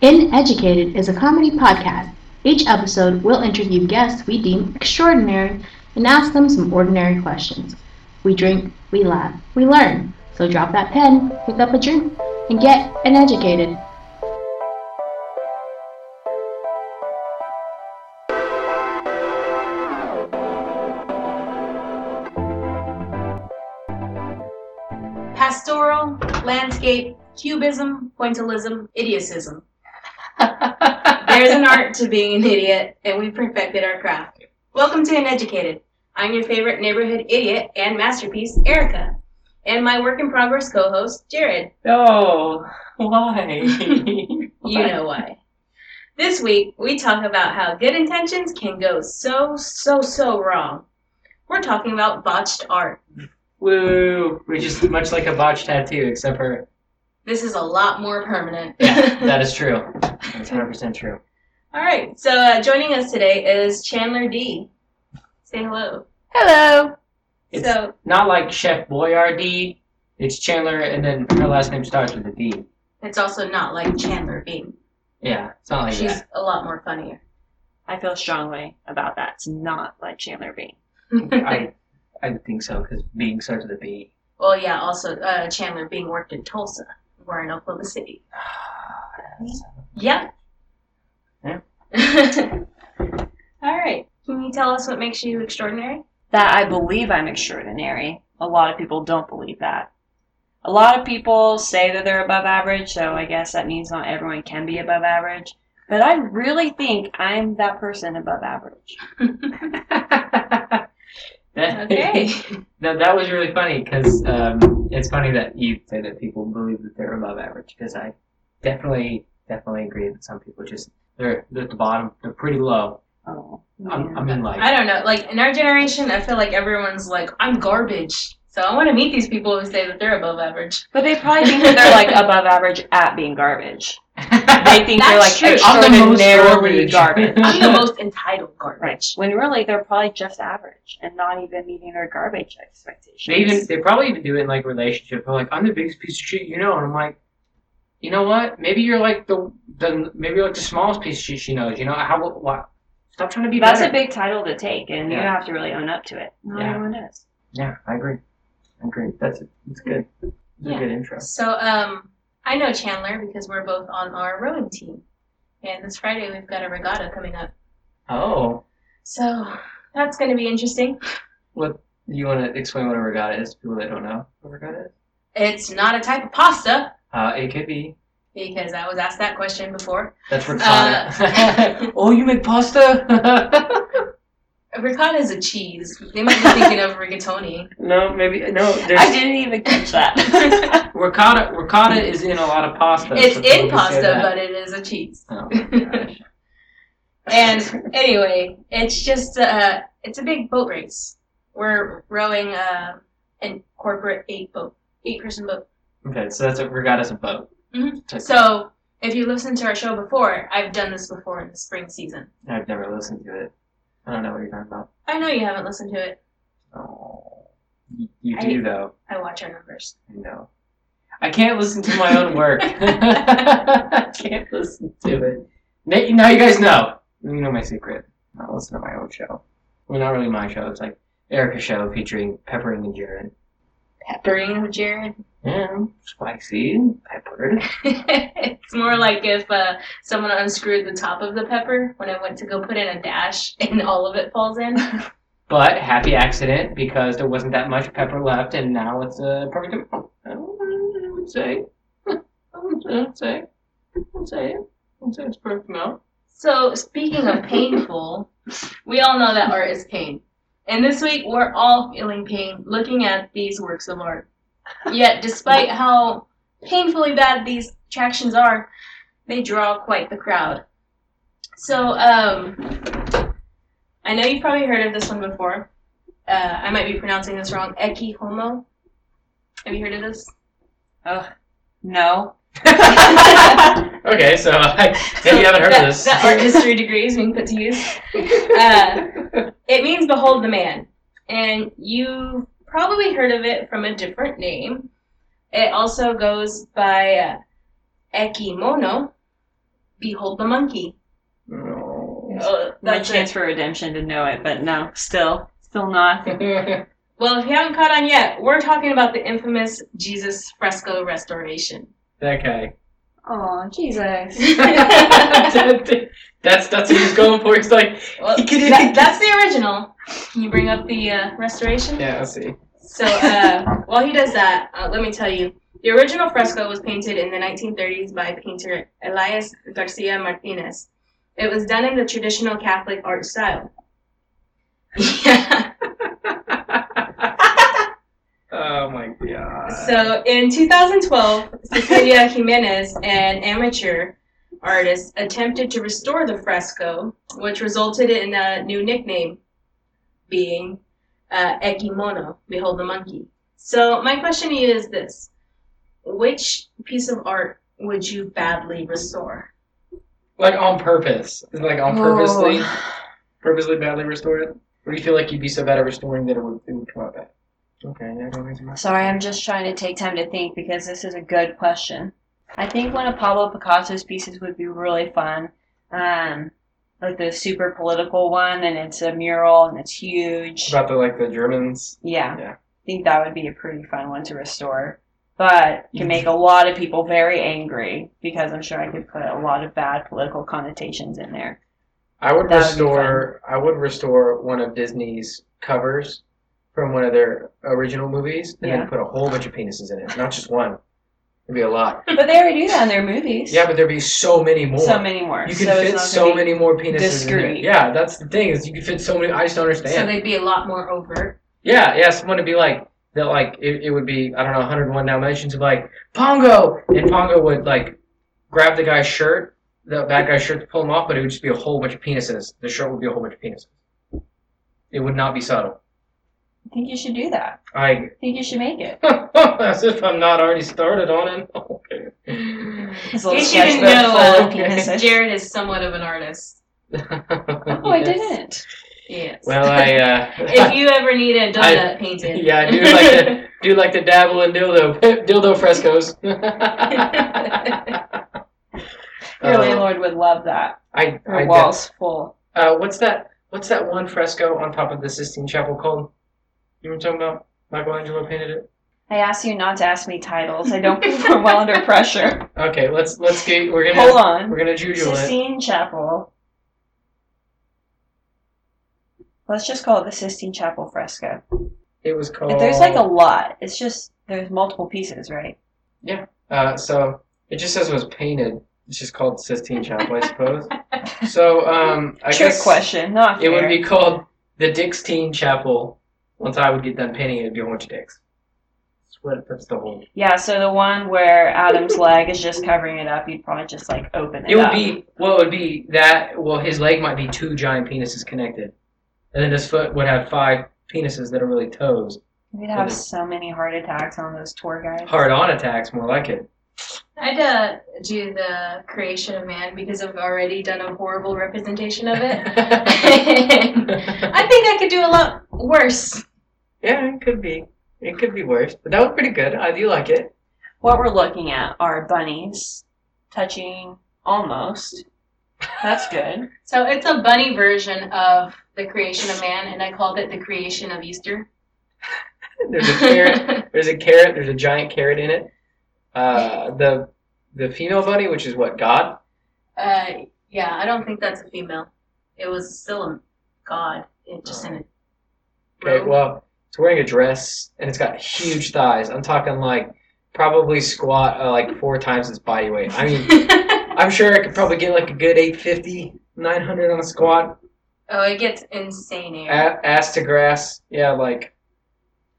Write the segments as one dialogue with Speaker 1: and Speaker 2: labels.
Speaker 1: In Educated is a comedy podcast. Each episode, we'll interview guests we deem extraordinary and ask them some ordinary questions. We drink, we laugh, we learn. So drop that pen, pick up a drink, and get an educated.
Speaker 2: Pastoral, landscape, cubism, pointillism, idiocism. There's an art to being an idiot, and we perfected our craft. Welcome to Uneducated. I'm your favorite neighborhood idiot and masterpiece, Erica, and my work in progress co host, Jared.
Speaker 3: No, Oh, why?
Speaker 2: You know why. This week, we talk about how good intentions can go so, so, so wrong. We're talking about botched art.
Speaker 3: Woo! We're just much like a botch tattoo, except for
Speaker 2: This is a lot more permanent.
Speaker 3: yeah, that is true. That's hundred percent true.
Speaker 2: All right, so uh, joining us today is Chandler D. Say hello.
Speaker 1: Hello!
Speaker 3: It's
Speaker 2: so,
Speaker 3: not like Chef Boyardee. It's Chandler, and then her last name starts with a D.
Speaker 2: it's also not like Chandler Bing.
Speaker 3: Oh, Yeah, it's not like
Speaker 2: She's
Speaker 3: that.
Speaker 2: a lot more funnier.
Speaker 4: I feel strongly about that. It's not like Chandler Bing.
Speaker 3: I I think so because being starts with a B.
Speaker 2: well, yeah, also uh, Chandler Bing worked in Tulsa. We're in Oklahoma City.
Speaker 3: Ah,
Speaker 2: Yep.
Speaker 3: Yeah.
Speaker 2: All right. Can you tell us what makes you extraordinary?
Speaker 4: That I believe I'm extraordinary. A lot of people don't believe that. A lot of people say that they're above average, so I guess that means not everyone can be above average. But I really think I'm that person above average.
Speaker 3: that,
Speaker 2: Okay.
Speaker 3: No, that was really funny because um, it's funny that you say that people believe that they're above average because I definitely, definitely agree that some people just they're, they're at the bottom, they're pretty low.
Speaker 4: Oh,
Speaker 3: I'm,
Speaker 4: yeah.
Speaker 3: I mean, like
Speaker 2: I don't know. Like in our generation, I feel like everyone's like, I'm garbage. So I want to meet these people who say that they're above average.
Speaker 4: but they probably think that they're like above average at being garbage. They think they're like
Speaker 2: That's true.
Speaker 3: I'm the most
Speaker 4: extraordinarily
Speaker 3: garbage.
Speaker 4: garbage.
Speaker 2: I'm the most entitled garbage.
Speaker 4: Right. When really they're probably just average and not even meeting their garbage expectations.
Speaker 3: they even they probably even do it in like relationships. They're like I'm the biggest piece of shit you know, and I'm like, you know what? Maybe you're like the the maybe you're like the smallest piece of shit she knows. You know how what? Stop trying to be
Speaker 4: That's
Speaker 3: better.
Speaker 4: a big title to take, and you
Speaker 3: Yeah.
Speaker 4: have to really own up to it. Not
Speaker 3: Yeah.
Speaker 4: everyone does.
Speaker 3: Yeah, I agree. I agree. That's it. It's good. It's
Speaker 2: Yeah.
Speaker 3: a good intro.
Speaker 2: So, um, I know Chandler because we're both on our rowing team. And this Friday we've got a regatta coming up.
Speaker 3: Oh,
Speaker 2: So, that's going to be interesting.
Speaker 3: what you want to explain what a regatta is to people that don't know what a regatta is?
Speaker 2: It's not a type of pasta
Speaker 3: Uh, it could be.
Speaker 2: because I was asked that question before.
Speaker 3: That's
Speaker 2: Uh,
Speaker 3: ricotta. oh, you make pasta?
Speaker 2: Ricotta is a cheese. They might be thinking of rigatoni.
Speaker 3: no, maybe no.
Speaker 4: I
Speaker 3: There's
Speaker 4: didn't even catch that.
Speaker 3: ricotta. Ricotta is in a lot of pasta.
Speaker 2: It's in pasta, but it is a cheese.
Speaker 3: but. Oh, my gosh.
Speaker 2: And anyway, it's just uh, it's a big boat race. We're rowing uh, in corporate eight boat, eight person boat.
Speaker 3: okay, so that's a regatta's a boat.
Speaker 2: Mhm.
Speaker 3: Took-
Speaker 2: So if you listen to our show before, I've done this before in the spring season.
Speaker 3: I've never listened to it. I don't know what you're talking about.
Speaker 2: I know you haven't listened to it.
Speaker 3: Oh, you, you
Speaker 2: I-
Speaker 3: do though.
Speaker 2: I watch our numbers.
Speaker 3: No. I
Speaker 2: Mm-hmm.
Speaker 3: can't listen to my own work. I can't listen to it. Now, now you guys know. You know my secret. I don't listen to my own show. Well, not really my show. It's like Erica's show featuring Peppering and Jared.
Speaker 2: Peppering of Jared.
Speaker 3: Yeah, spicy, and peppered.
Speaker 2: it's more like if uh, someone unscrewed the top of the pepper when I went to go put in a dash and all of it falls in.
Speaker 3: But happy accident because there wasn't that much pepper left and now it's a perfect amount. I don't- I would say. I would I would say. I would say. I would say it's perfect amount.
Speaker 2: So, speaking of painful, we all know that art is pain. And this week, we're all feeling pain looking at these works of art. Yet, despite how painfully bad these attractions are, they draw quite the crowd. So, um, I know you've probably heard of this one before. Uh, I might be pronouncing this wrong. Ecce Homo. Have you heard of this?
Speaker 4: Ugh, no.
Speaker 3: Okay, so I,
Speaker 2: So
Speaker 3: if you haven't heard
Speaker 2: that,
Speaker 3: of this,
Speaker 2: The art history degree is being put to use. Uh, it means behold the man. And you probably heard of it from a different name. It also goes by uh, Ekimono, Behold the Monkey.
Speaker 3: No.
Speaker 2: Uh,
Speaker 4: My
Speaker 2: that's
Speaker 4: chance
Speaker 2: it.
Speaker 4: for redemption to know it, but no, still, still not.
Speaker 2: Well, if you haven't caught on yet, we're talking about the infamous Jesus fresco restoration.
Speaker 3: that guy.
Speaker 4: Oh, Jesus.
Speaker 2: well,
Speaker 3: that's that's what he's going for. He's like,
Speaker 2: that, that's the original. Can you bring up the uh, restoration?
Speaker 3: yeah, let's see.
Speaker 2: So uh, while he does that, uh, let me tell you. The original fresco was painted in the 1930s by painter Elias Garcia Martinez. It was done in the traditional Catholic art style. Yeah.
Speaker 3: Oh my god.
Speaker 2: So in 2012, Cecilia Jimenez, an amateur artist, attempted to restore the fresco, which resulted in a new nickname being uh, Ekimono, Behold the Monkey. So my question to you is this. Which piece of art would you badly restore?
Speaker 3: like on purpose, like on purposely, purposely badly restored. Or do you feel like you'd be so bad at restoring that it would, it would come out bad? Okay, yeah, don't answer my.
Speaker 4: Sorry, I'm just trying to take time to think because this is a good question. I think one of Pablo Picasso's pieces would be really fun. Um, like the super political one, and it's a mural and it's huge.
Speaker 3: About the like the Germans.
Speaker 4: Yeah.
Speaker 3: Yeah.
Speaker 4: I think that would be a pretty fun one to restore. But can make a lot of people very angry because I'm sure I could put a lot of bad political connotations in there.
Speaker 3: I would
Speaker 4: That would be
Speaker 3: restore. I would restore one of Disney's covers from one of their original movies, and
Speaker 4: Yeah.
Speaker 3: then put a whole bunch of penises in it, not just one. It'd be a lot.
Speaker 4: But they already do that in their movies.
Speaker 3: Yeah, but there'd be so many more.
Speaker 4: So many more.
Speaker 3: You could
Speaker 4: so it's
Speaker 3: fit
Speaker 4: not
Speaker 3: so
Speaker 4: gonna be-
Speaker 3: many more penises. In
Speaker 4: discreet.
Speaker 3: it. Yeah, that's the thing is you could fit so many. I just don't understand.
Speaker 2: So they'd be a lot more overt.
Speaker 3: Yeah, yeah, someone would be like that like it, it would be I don't know, 101 Dalmatians of like Pongo and Pongo would like grab the guy's shirt, the bad guy's shirt to pull him off, but it would just be a whole bunch of penises. The shirt would be a whole bunch of penises. It would not be subtle.
Speaker 4: I think you should do that.
Speaker 3: I
Speaker 4: I think you should make it.
Speaker 3: as if I'm not already started on it. Okay.
Speaker 4: His
Speaker 2: In
Speaker 4: little
Speaker 2: case you didn't
Speaker 4: sketchbook full
Speaker 2: know,
Speaker 4: of penises.
Speaker 2: Jared is somewhat of an artist.
Speaker 4: Oh, I didn't.
Speaker 2: Yes.
Speaker 3: Well, I uh
Speaker 2: if you ever need a donut painted.
Speaker 3: Yeah, I do like to do like to dabble in dildo dildo frescoes.
Speaker 4: Your
Speaker 3: Uh,
Speaker 4: landlord would love that.
Speaker 3: I,
Speaker 4: Her
Speaker 3: I guess.
Speaker 4: walls full.
Speaker 3: Uh, what's that? What's that one fresco on top of the Sistine Chapel called? You were talking about Michelangelo painted it.
Speaker 4: I asked you not to ask me titles. I don't perform well under pressure.
Speaker 3: Okay, let's let's get. We're gonna
Speaker 4: Hold on.
Speaker 3: we're gonna juju it.
Speaker 4: Sistine Chapel. Let's just call it the Sistine Chapel fresco.
Speaker 3: It was called.
Speaker 4: But there's like
Speaker 3: Oh.
Speaker 4: a lot. It's just there's multiple pieces, right?
Speaker 3: Uh, so it just says it was painted. It's just called Sistine Chapel, I suppose. So um, I
Speaker 4: Trick
Speaker 3: guess
Speaker 4: question. Not
Speaker 3: it
Speaker 4: fair.
Speaker 3: would be called the Dixtine Chapel. Once I would get done painting, it'd be a bunch of dicks. That's what. That's the whole.
Speaker 4: Yeah. So the one where Adam's leg is just covering it up, you'd probably just like open it.
Speaker 3: It would
Speaker 4: up.
Speaker 3: be well. It would be that. Well, his leg might be two giant penises connected, and then his foot would have five penises that are really toes.
Speaker 4: We'd have
Speaker 3: Really?
Speaker 4: so many heart attacks on those tour guides.
Speaker 3: Hard-on attacks, more like it.
Speaker 2: I'd uh, do the creation of man because I've already done a horrible representation of it. I think I could do a lot worse.
Speaker 3: yeah, it could be. It could be worse, but that was pretty good. I do like it.
Speaker 4: What we're looking at are bunnies touching almost. That's good.
Speaker 2: So it's a bunny version of the creation of man, and I called it the creation of Easter.
Speaker 3: There's a carrot. there's a carrot. There's a giant carrot in it. Uh, the the female bunny, which is what God.
Speaker 2: uh, yeah, I don't think that's a female. It was still a god. It just in a
Speaker 3: Okay, well, it's wearing a dress and it's got huge thighs. I'm talking like probably squat uh, like four times its body weight. I mean. I'm sure I could probably get like a good 850, 900 on a squat.
Speaker 2: oh, it gets insane.
Speaker 3: A-
Speaker 2: Aaron.
Speaker 3: ass to grass. Yeah, like,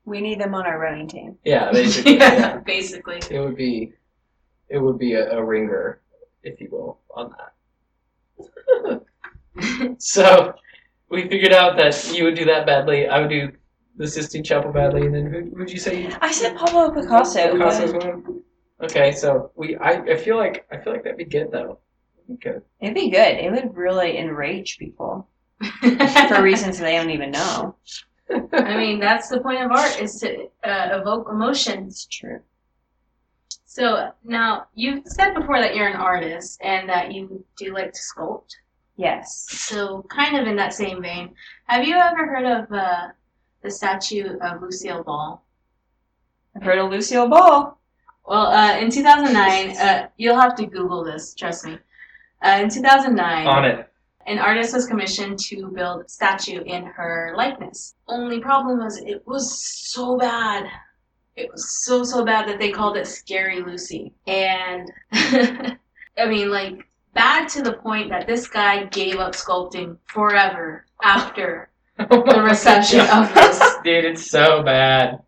Speaker 4: We need them on our running team.
Speaker 3: yeah, Ah, basically. yeah.
Speaker 2: basically.
Speaker 3: It would be, it would be a, a ringer, if you will, on that. so, we figured out that you would do that badly. I would do the Sistine Chapel badly, and then who would you say? you-
Speaker 4: I said Pablo Picasso. but-
Speaker 3: Picasso's one? Okay, so we, I, I feel like, I feel like that'd be good though. Okay.
Speaker 4: It'd be good. It would really enrage people for reasons they don't even know.
Speaker 2: I mean, that's the point of art is to uh, evoke emotions.
Speaker 4: It's true.
Speaker 2: So now you said before that you're an artist and that you do like to sculpt.
Speaker 4: Yes.
Speaker 2: So kind of in that same vein, have you ever heard of uh, the statue of Lucille Ball?
Speaker 4: I've heard of Lucille Ball.
Speaker 2: Well, uh, in 2009, uh, you'll have to Google this. Trust me. Uh, in 2009,
Speaker 3: On it.
Speaker 2: an artist was commissioned to build a statue in her likeness. Only problem was it was so bad. It was so so bad that they called it Scary Lucy. And I mean like bad to the point that this guy gave up sculpting forever after the reception of this.
Speaker 3: Dude, it's so bad.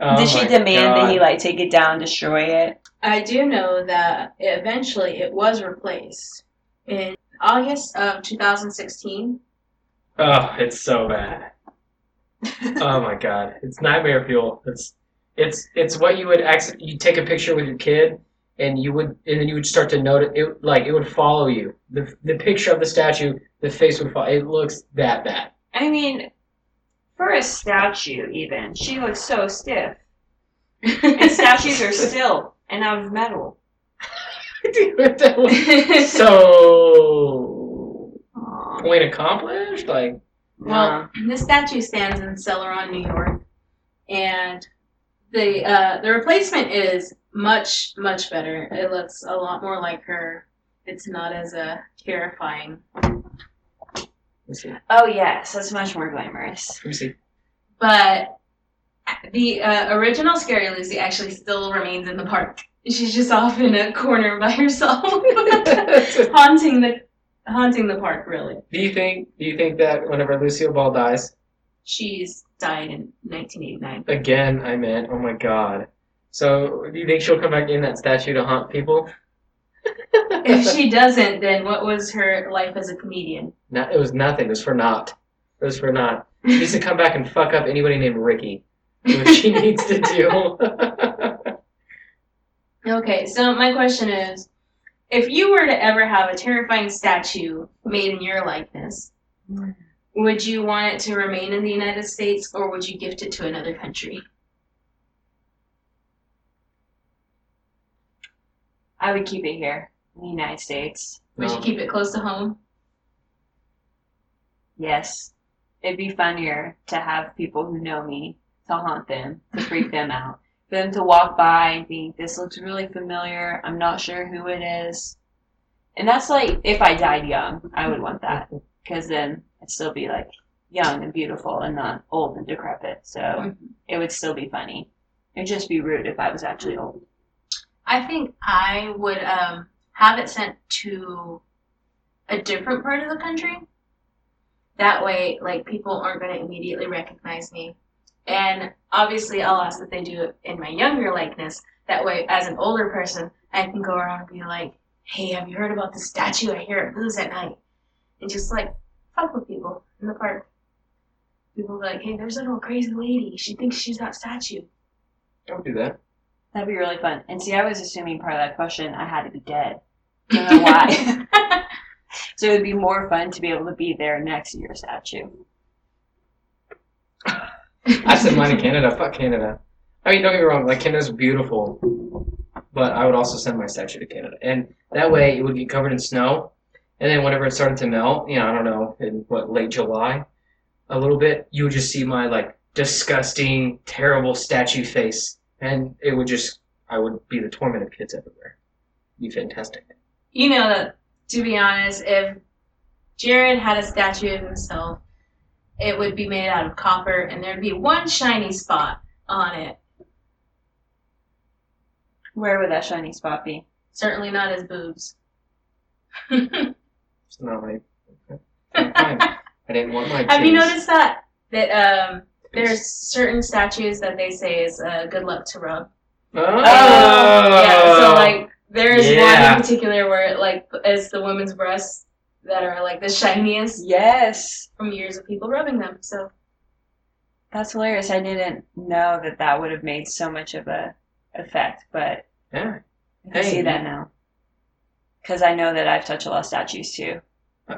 Speaker 3: Oh
Speaker 4: Did she
Speaker 3: my
Speaker 4: demand
Speaker 3: God.
Speaker 4: that he like take it down, destroy it?
Speaker 2: I do know that eventually it was replaced in August of 2016.
Speaker 3: Oh, it's so bad. oh my god, it's nightmare fuel. It's it's it's what you would acc- you take a picture with your kid and you would and then you would start to notice it like it would follow you. The the picture of the statue, the face would follow. It looks that bad.
Speaker 4: I mean, for a statue, even she looks so stiff. And statues are still and out of metal.
Speaker 3: Dude, that was so
Speaker 4: Aw.
Speaker 3: point accomplished. Like
Speaker 2: Well, this statue stands in Celeron, New York, and the uh, the replacement is much much better. It looks a lot more like her. It's not as uh, terrifying.
Speaker 3: let's see, let
Speaker 4: oh yes, that's much more glamorous.
Speaker 3: me see.
Speaker 2: But the uh, original Scary Lucy actually still remains in the park. She's just off in a corner by herself, haunting the haunting the park. Really,
Speaker 3: do you think do you think that whenever Lucille Ball dies,
Speaker 2: she's died in 1989.
Speaker 3: Again, I meant, oh my god. So, do you think she'll come back in that statue to haunt people?
Speaker 2: If she doesn't, then what was her life as a comedian?
Speaker 3: No, it was nothing. It was for naught. It was for naught. She needs to come back and fuck up anybody named Ricky. That's What she needs to do.
Speaker 2: Okay, so my question is if you were to ever have a terrifying statue made in your likeness, would you want it to remain in the United States or would you gift it to another country?
Speaker 4: I would keep it here in the United States.
Speaker 2: Would
Speaker 3: No.
Speaker 2: you keep it close to home?
Speaker 4: Yes, it'd be funnier to have people who know me to haunt them, to freak them out, for them to walk by and think this looks really familiar. I'm not sure who it is, and that's like if I died young, I would want that because then I'd still be like young and beautiful and not old and decrepit. So it would still be funny. It'd just be rude if I was actually old.
Speaker 2: I think I would um, have it sent to a different part of the country. That way, like, people aren't going to immediately recognize me. And obviously, I'll ask that they do it in my younger likeness. That way, as an older person, I can go around and be like, hey, have you heard about the statue I hear at Blues at night? And just, like, fuck with people in the park. People be like, hey, there's that old crazy lady. She thinks she's that statue.
Speaker 3: Don't do that.
Speaker 4: That'd be really fun. And see, I was assuming part of that question I had to be dead. I don't know why. So it would be more fun to be able to be there next to your statue.
Speaker 3: I said mine in Canada. Fuck Canada. I mean, don't get me wrong. Like Canada's beautiful, but I would also send my statue to Canada, and that way it would get covered in snow, and then whenever it started to melt, you know, I don't know, in what late July, a little bit, you would just see my like disgusting, terrible statue face, and it would just, I would be the torment of kids everywhere. Be fantastic.
Speaker 2: you know that to be honest if jared had a statue of himself it would be made out of copper and there'd be one shiny spot on it
Speaker 4: Where would that shiny spot be?
Speaker 2: certainly not his boobs
Speaker 3: It's not like okay. fine. I didn't want my.
Speaker 2: have you
Speaker 3: kids-
Speaker 2: noticed that that um there's certain statues that they say is uh, good luck to rub
Speaker 3: Oh.
Speaker 2: Oh, yeah so like there's one
Speaker 3: Yeah.
Speaker 2: in particular where it like is the woman's breasts that are like the shiniest
Speaker 4: Yes.
Speaker 2: from years of people rubbing them so
Speaker 4: That's hilarious. I didn't know that that would have made so much of a effect, but
Speaker 3: Yeah.
Speaker 4: I can
Speaker 3: Hey.
Speaker 4: see that now. Because I know that I've touched a lot of statues too.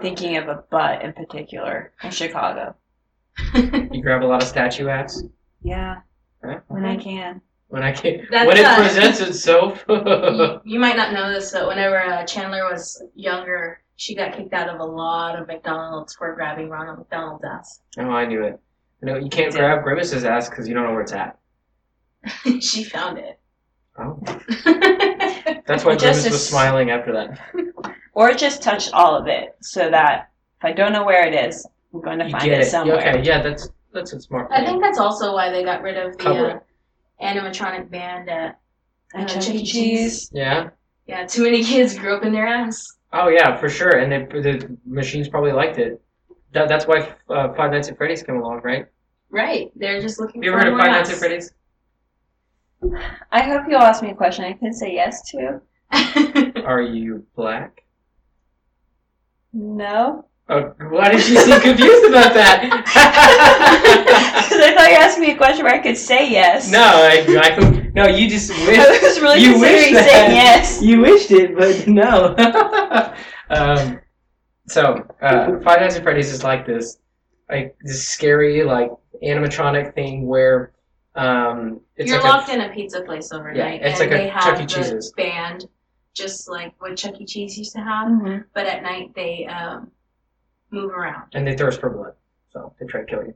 Speaker 4: Thinking of a butt in particular in Chicago.
Speaker 3: You grab a lot of statue apps.
Speaker 4: Yeah,
Speaker 3: Right?
Speaker 4: when I can.
Speaker 3: when I can
Speaker 2: That's
Speaker 3: when it
Speaker 2: us.
Speaker 3: presents itself. Oh,
Speaker 2: you,
Speaker 3: Mm-hmm.
Speaker 2: you might not know this, but whenever uh, Chandler was younger, she got kicked out of a lot of McDonald's for grabbing Ronald McDonald's ass.
Speaker 3: Oh, I knew it. No, you can't
Speaker 4: Yeah.
Speaker 3: grab Grimace's ass because you don't know where it's at.
Speaker 2: she found it.
Speaker 3: Oh, that's why
Speaker 4: Well, just
Speaker 3: Grimace was
Speaker 4: as-
Speaker 3: smiling after that.
Speaker 4: Or just touch all of it so that if I don't know where it is, I'm going to
Speaker 3: You
Speaker 4: find
Speaker 3: get
Speaker 4: it,
Speaker 3: it.
Speaker 4: somewhere.
Speaker 3: Okay, yeah, that's that's a smart.
Speaker 2: I
Speaker 3: plan.
Speaker 2: think that's also why they got rid of the
Speaker 3: Cover
Speaker 2: uh, animatronic band at
Speaker 4: And
Speaker 2: uh,
Speaker 4: Chuck E. Cheese.
Speaker 3: Yeah.
Speaker 2: Yeah, too many kids grew up in their ass.
Speaker 3: Oh yeah, for sure. And they, the machines probably liked it. That, that's why uh, Five Nights at Freddy's came along, right?
Speaker 2: Right, they're just looking
Speaker 3: You ever
Speaker 2: for
Speaker 3: heard of
Speaker 2: more
Speaker 3: Five Nights
Speaker 2: ass.
Speaker 3: at Freddy's?
Speaker 4: I hope you'll ask me a question I can say yes to.
Speaker 3: Are you black?
Speaker 4: No.
Speaker 3: Oh, why did you seem confused about that?
Speaker 4: Because I thought you asked me a question where I could say yes.
Speaker 3: no, I, I, no, you just wish.
Speaker 4: I was really
Speaker 3: you wish
Speaker 4: considering
Speaker 3: that.
Speaker 4: saying yes.
Speaker 3: You wished it, but no. um, so, uh, Five Nights at Freddy's is like this, like this scary, like animatronic thing where um, it's
Speaker 2: You're
Speaker 3: like
Speaker 2: locked
Speaker 3: a,
Speaker 2: in a pizza place overnight,
Speaker 3: Yeah, it's
Speaker 2: and
Speaker 3: like a
Speaker 2: they
Speaker 3: Chuck E.
Speaker 2: have
Speaker 3: Cheese's.
Speaker 2: the band, just like what Chuck E. Cheese used to have.
Speaker 4: Mhm.
Speaker 2: but at night they um, move around.
Speaker 3: and they thirst for blood, so they try to kill you.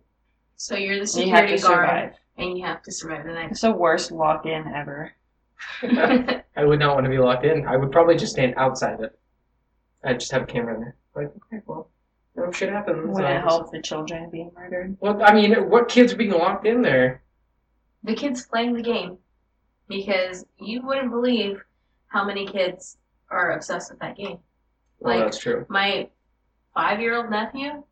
Speaker 2: So you're the
Speaker 4: You have
Speaker 2: security
Speaker 4: to
Speaker 2: guard,
Speaker 4: survive.
Speaker 2: and you have to survive the
Speaker 4: It's the worst walk-in ever.
Speaker 2: night.
Speaker 3: I would not want to be locked in. I would probably just stand outside of it. I'd just have a camera in there. Like, okay, well, no shit happens.
Speaker 4: Would
Speaker 3: I'll
Speaker 4: it
Speaker 3: just-
Speaker 4: help the children being murdered?
Speaker 3: Well, I mean, what kids are being locked in there?
Speaker 2: the kids playing the game because you wouldn't believe how many kids are obsessed with that game.
Speaker 3: Well,
Speaker 2: Like-
Speaker 3: that's true.
Speaker 2: My five-year-old nephew,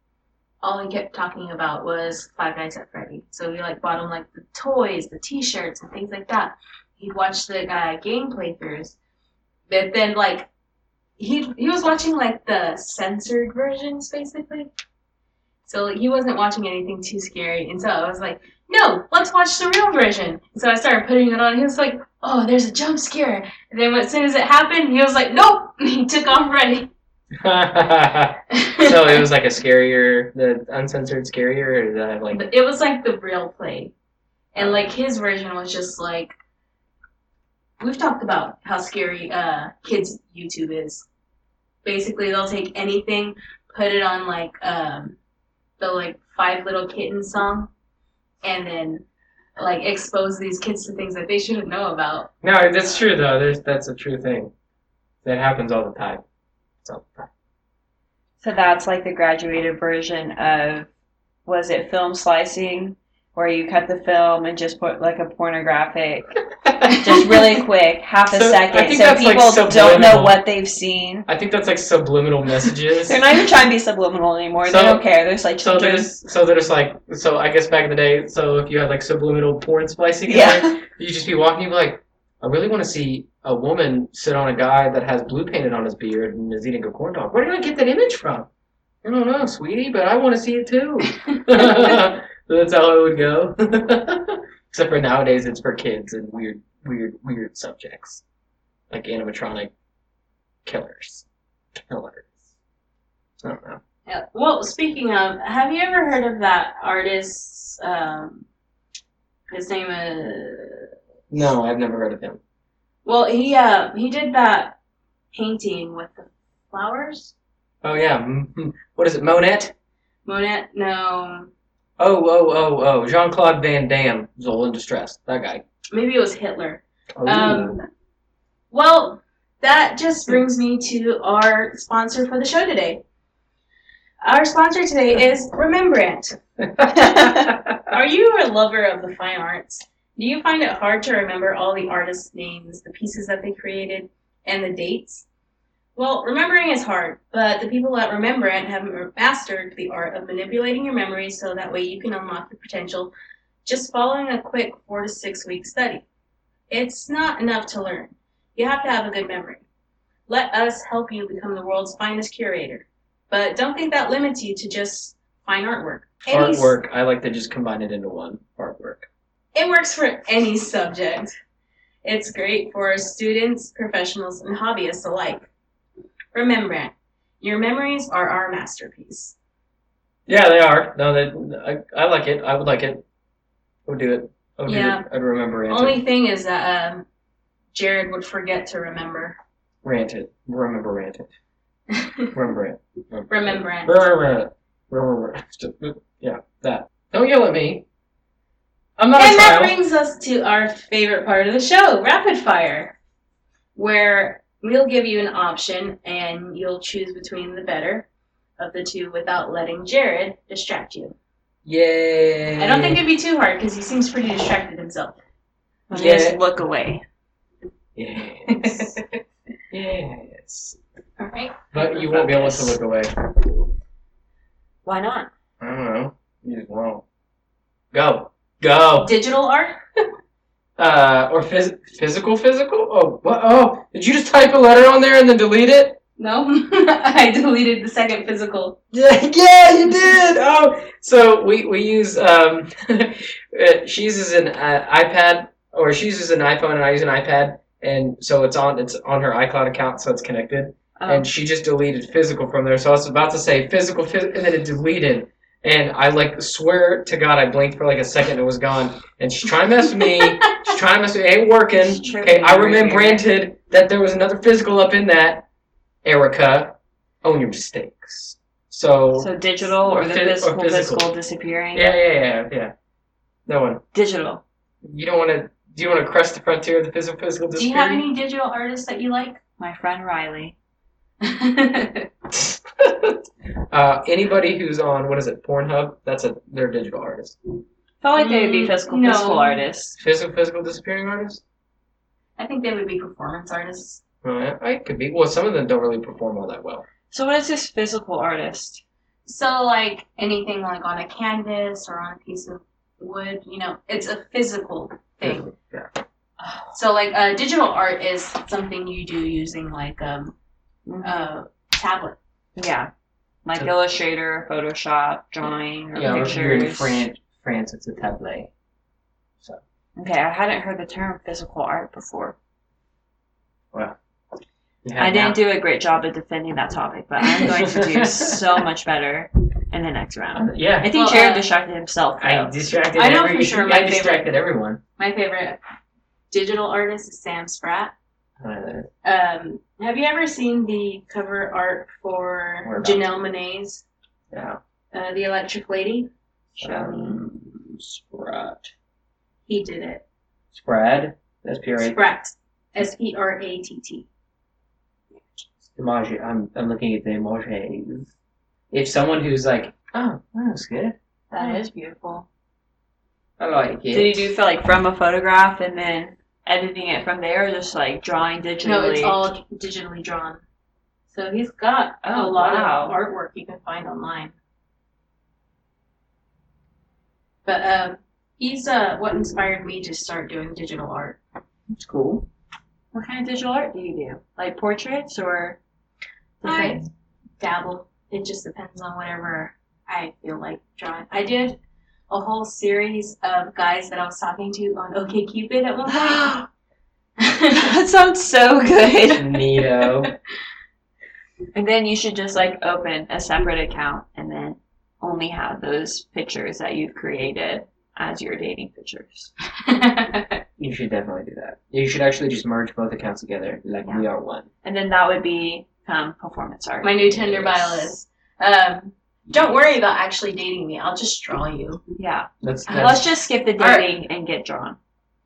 Speaker 2: all he kept talking about was Five Nights at Freddy. So he like bought him like the toys, the T-shirts, and things like that. He'd watch the uh, game playthroughs, but then like he he was watching like the censored versions basically. So like, he wasn't watching anything too scary, and so I was like, "No, let's watch the real version." So I started putting it on. He was like, "Oh, there's a jump scare." And then as soon as it happened, he was like, "Nope," he took off running.
Speaker 3: so it was like a scarier, the uncensored scarier, or did I have like
Speaker 2: But it was like the real play. And like his version was just like we've talked about how scary uh kids YouTube is. Basically they'll take anything, put it on like um the like five little kittens song and then like expose these kids to things that they shouldn't know about.
Speaker 3: No, that's true though. There's that's a true thing. That happens all the time. It's all the time.
Speaker 4: So that's like the graduated version of, was it film slicing, where you cut the film and just put like a pornographic, just really quick, half a
Speaker 3: So, I
Speaker 4: second,
Speaker 3: think
Speaker 4: so
Speaker 3: that's, like,
Speaker 4: people don't know
Speaker 3: subliminal.
Speaker 4: what they've seen.
Speaker 3: I think that's like subliminal messages.
Speaker 4: They're not even trying to be subliminal anymore.
Speaker 3: So-
Speaker 4: they don't care. They're just like
Speaker 3: so
Speaker 4: children.
Speaker 3: there's so there's like so I guess back in the day, so if you had like subliminal porn splicing, in there,
Speaker 4: yeah.
Speaker 3: you just be walking, you'd be like, I really want to see a woman sit on a guy that has blue painted on his beard and is eating a corn dog. Where did I get that image from? I don't know, sweetie, but I want to see it too. That's how it would go. Except for nowadays, it's for kids and weird, weird, weird subjects like animatronic killers, killers. I don't know.
Speaker 2: Yeah. Well, speaking of, have you ever heard of that artist um his name is
Speaker 3: No, I've never heard of him.
Speaker 2: Well, he uh he did that painting with the flowers.
Speaker 3: Oh yeah, mhm. what is it, Monet?
Speaker 2: Monet, no,
Speaker 3: Oh, oh, oh, oh, Jean Claude Van Damme, Zol in Distress, that guy.
Speaker 2: maybe it was Hitler.
Speaker 3: Oh,
Speaker 2: Um, Well, that just brings me to our sponsor for the show today. Our sponsor today is Remembrant. Are you a lover of the fine arts? Do you find it hard to remember all the artists' names, the pieces that they created, and the dates? Well, remembering is hard, but the people at Remembrant have mastered the art of manipulating your memory so that way you can unlock your potential just following a quick four to six week study. It's not enough to learn. You have to have a good memory. Let us help you become the world's finest curator. But don't think that limits you to just fine artwork. Any s-
Speaker 3: artwork. I like to just combine it into one artwork.
Speaker 2: it works for any subject. It's great for students, professionals, and hobbyists alike. Remembrance. Your memories are our masterpiece.
Speaker 3: Yeah, they are. No, they, I, I like it. I would like it. I would do it. I'd,
Speaker 2: Yeah.
Speaker 3: I'd remember ranted.
Speaker 2: Only thing is that um, Jared would forget to remember.
Speaker 3: ranted. Remember ranted. Remember it. Remember it.
Speaker 2: Remembrance.
Speaker 3: Remember it. Remember it. Just- Yeah, that. Don't yell at me. I'm not a
Speaker 2: And that
Speaker 3: child.
Speaker 2: brings us to our favorite part of the show, rapid fire, where we'll give you an option and you'll choose between the better of the two without letting Jared distract you.
Speaker 3: Yay.
Speaker 2: I don't think it'd be too hard because he seems pretty distracted himself.
Speaker 4: Let me
Speaker 3: Yeah.
Speaker 4: Just look away.
Speaker 3: Yes. yes.
Speaker 2: All right.
Speaker 3: But you won't be able to look away.
Speaker 4: Why not?
Speaker 3: I don't know. You just won't. Go. Go.
Speaker 2: Digital art?
Speaker 3: Uh, or phys- physical, physical? Oh, what? Oh, did you just type a letter on there and then delete it?
Speaker 2: No, I deleted the second physical.
Speaker 3: Yeah, yeah, you did. Oh, so we we use um, uh, she uses an uh, iPad or she uses an iPhone and I use an iPad, and so it's on it's on her iCloud account, so it's connected.
Speaker 4: Um,
Speaker 3: and she just deleted physical from there. So I was about to say physical, phys- and then it deleted. And I like swear to God, I blinked for like a second, and it was gone. And she's trying to mess with me. she's trying to mess with me. It ain't working.
Speaker 4: She's tripping
Speaker 3: Okay, I
Speaker 4: over
Speaker 3: remember
Speaker 4: here.
Speaker 3: granted that there was another physical up in that. Erica, own your mistakes. So,
Speaker 4: so digital or,
Speaker 3: or
Speaker 4: the
Speaker 3: phys- or
Speaker 4: physical,
Speaker 3: physical.
Speaker 4: physical, disappearing?
Speaker 3: yeah, yeah, yeah, yeah. No one.
Speaker 4: Digital.
Speaker 3: You don't want to. Do you want to crush the frontier of the physical, physical?
Speaker 2: Do you have
Speaker 3: disappearing?
Speaker 2: any digital artists that you like?
Speaker 4: My friend Riley.
Speaker 3: uh, anybody who's on what is it? Pornhub. That's a they're a digital artist.
Speaker 4: Felt like they would be
Speaker 2: Mm,
Speaker 4: physical,
Speaker 2: no.
Speaker 4: physical artists.
Speaker 3: Physical, physical disappearing artists?
Speaker 2: I think they would be performance artists.
Speaker 3: Well, I could be. Well, some of them don't really perform all that well.
Speaker 4: So what is this physical artist?
Speaker 2: So, like anything like on a canvas or on a piece of wood, you know, it's a physical thing.
Speaker 3: Yeah.
Speaker 2: So, like uh, digital art is something you do using like um,
Speaker 4: Mm-hmm.
Speaker 2: uh, a tablet.
Speaker 4: Yeah. Like
Speaker 3: So-
Speaker 4: Illustrator, Photoshop, drawing, or
Speaker 3: Yeah, or if you're in
Speaker 4: pictures.
Speaker 3: France, France, it's a tablet. So,
Speaker 4: Okay, I hadn't heard the term physical art before.
Speaker 3: you
Speaker 4: I
Speaker 3: have that.
Speaker 4: didn't do a great job at defending that topic, but I'm going to do so much better in the next round.
Speaker 3: Yeah,
Speaker 4: I think
Speaker 2: Well,
Speaker 4: Jared
Speaker 2: uh,
Speaker 4: distracted himself.
Speaker 3: I
Speaker 4: Though.
Speaker 3: distracted.
Speaker 2: I know
Speaker 3: every-
Speaker 2: for sure my
Speaker 3: I
Speaker 2: favorite-
Speaker 3: distracted everyone.
Speaker 2: My favorite digital artist is Sam Spratt.
Speaker 3: Uh,
Speaker 2: Um, have you ever seen the cover art
Speaker 3: We're
Speaker 2: for
Speaker 3: about
Speaker 2: Janelle Monae's
Speaker 3: yeah.
Speaker 2: uh, The Electric Lady?
Speaker 3: Um, Sprat.
Speaker 2: He did it.
Speaker 3: Spread. That's pure.
Speaker 2: Spratt. S P R A T T.
Speaker 3: Emoji. I'm, I'm looking at the emojis. If someone who's like, oh, that was good.
Speaker 4: That is beautiful.
Speaker 3: I like it.
Speaker 4: Did you do for like from a photograph and then editing it from there, or just like drawing digitally?
Speaker 2: No, it's all digitally drawn. So he's got
Speaker 4: Oh,
Speaker 2: a lot
Speaker 4: wow.
Speaker 2: of artwork you can find online. But uh, he's uh, what inspired me to start doing digital art.
Speaker 3: It's cool.
Speaker 4: What kind of digital art do you do? Like portraits or?
Speaker 2: I dabble. It just depends on whatever I feel like drawing. I did a whole series of guys that I was talking to on OkCupid at one point.
Speaker 4: that sounds so good.
Speaker 3: Neato.
Speaker 4: And then you should just like open a separate account and then only have those pictures that you've created as your dating pictures.
Speaker 3: You should definitely do that. You should actually just merge both accounts together. Like we are one.
Speaker 4: And then that would be um, performance art.
Speaker 2: My new Tinder bio is. Um, don't worry about actually dating me. I'll just draw you.
Speaker 4: yeah.
Speaker 3: That's that's
Speaker 4: Let's just skip the
Speaker 2: Art.
Speaker 4: dating and get drawn.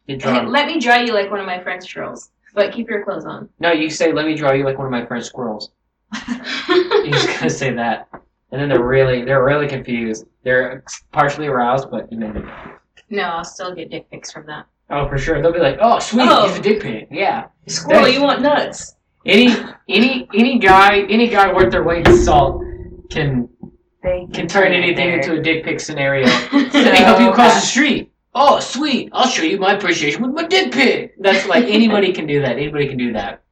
Speaker 3: you draw.
Speaker 2: And let me draw you like one of my French girls, but keep your clothes on.
Speaker 3: No, you say let me draw you like one of my friend's squirrels. You just gotta say that, and then they're really they're really confused. They're partially aroused, but you know. they-
Speaker 2: no, I'll still get dick pics from that.
Speaker 3: Oh, for sure. They'll be like, oh, sweet,
Speaker 2: Oh.
Speaker 3: he's a dick pic. Yeah.
Speaker 2: Squirrel,
Speaker 3: Thanks.
Speaker 2: you want nuts?
Speaker 3: Any any any guy any guy worth their weight in salt can
Speaker 4: They
Speaker 3: can turn anything into a dick pic scenario. Let
Speaker 2: I
Speaker 3: me help you cross the
Speaker 4: So-
Speaker 3: street. Oh, sweet. I'll show you my appreciation with my dick pic. That's like anybody can do that. Anybody can do that.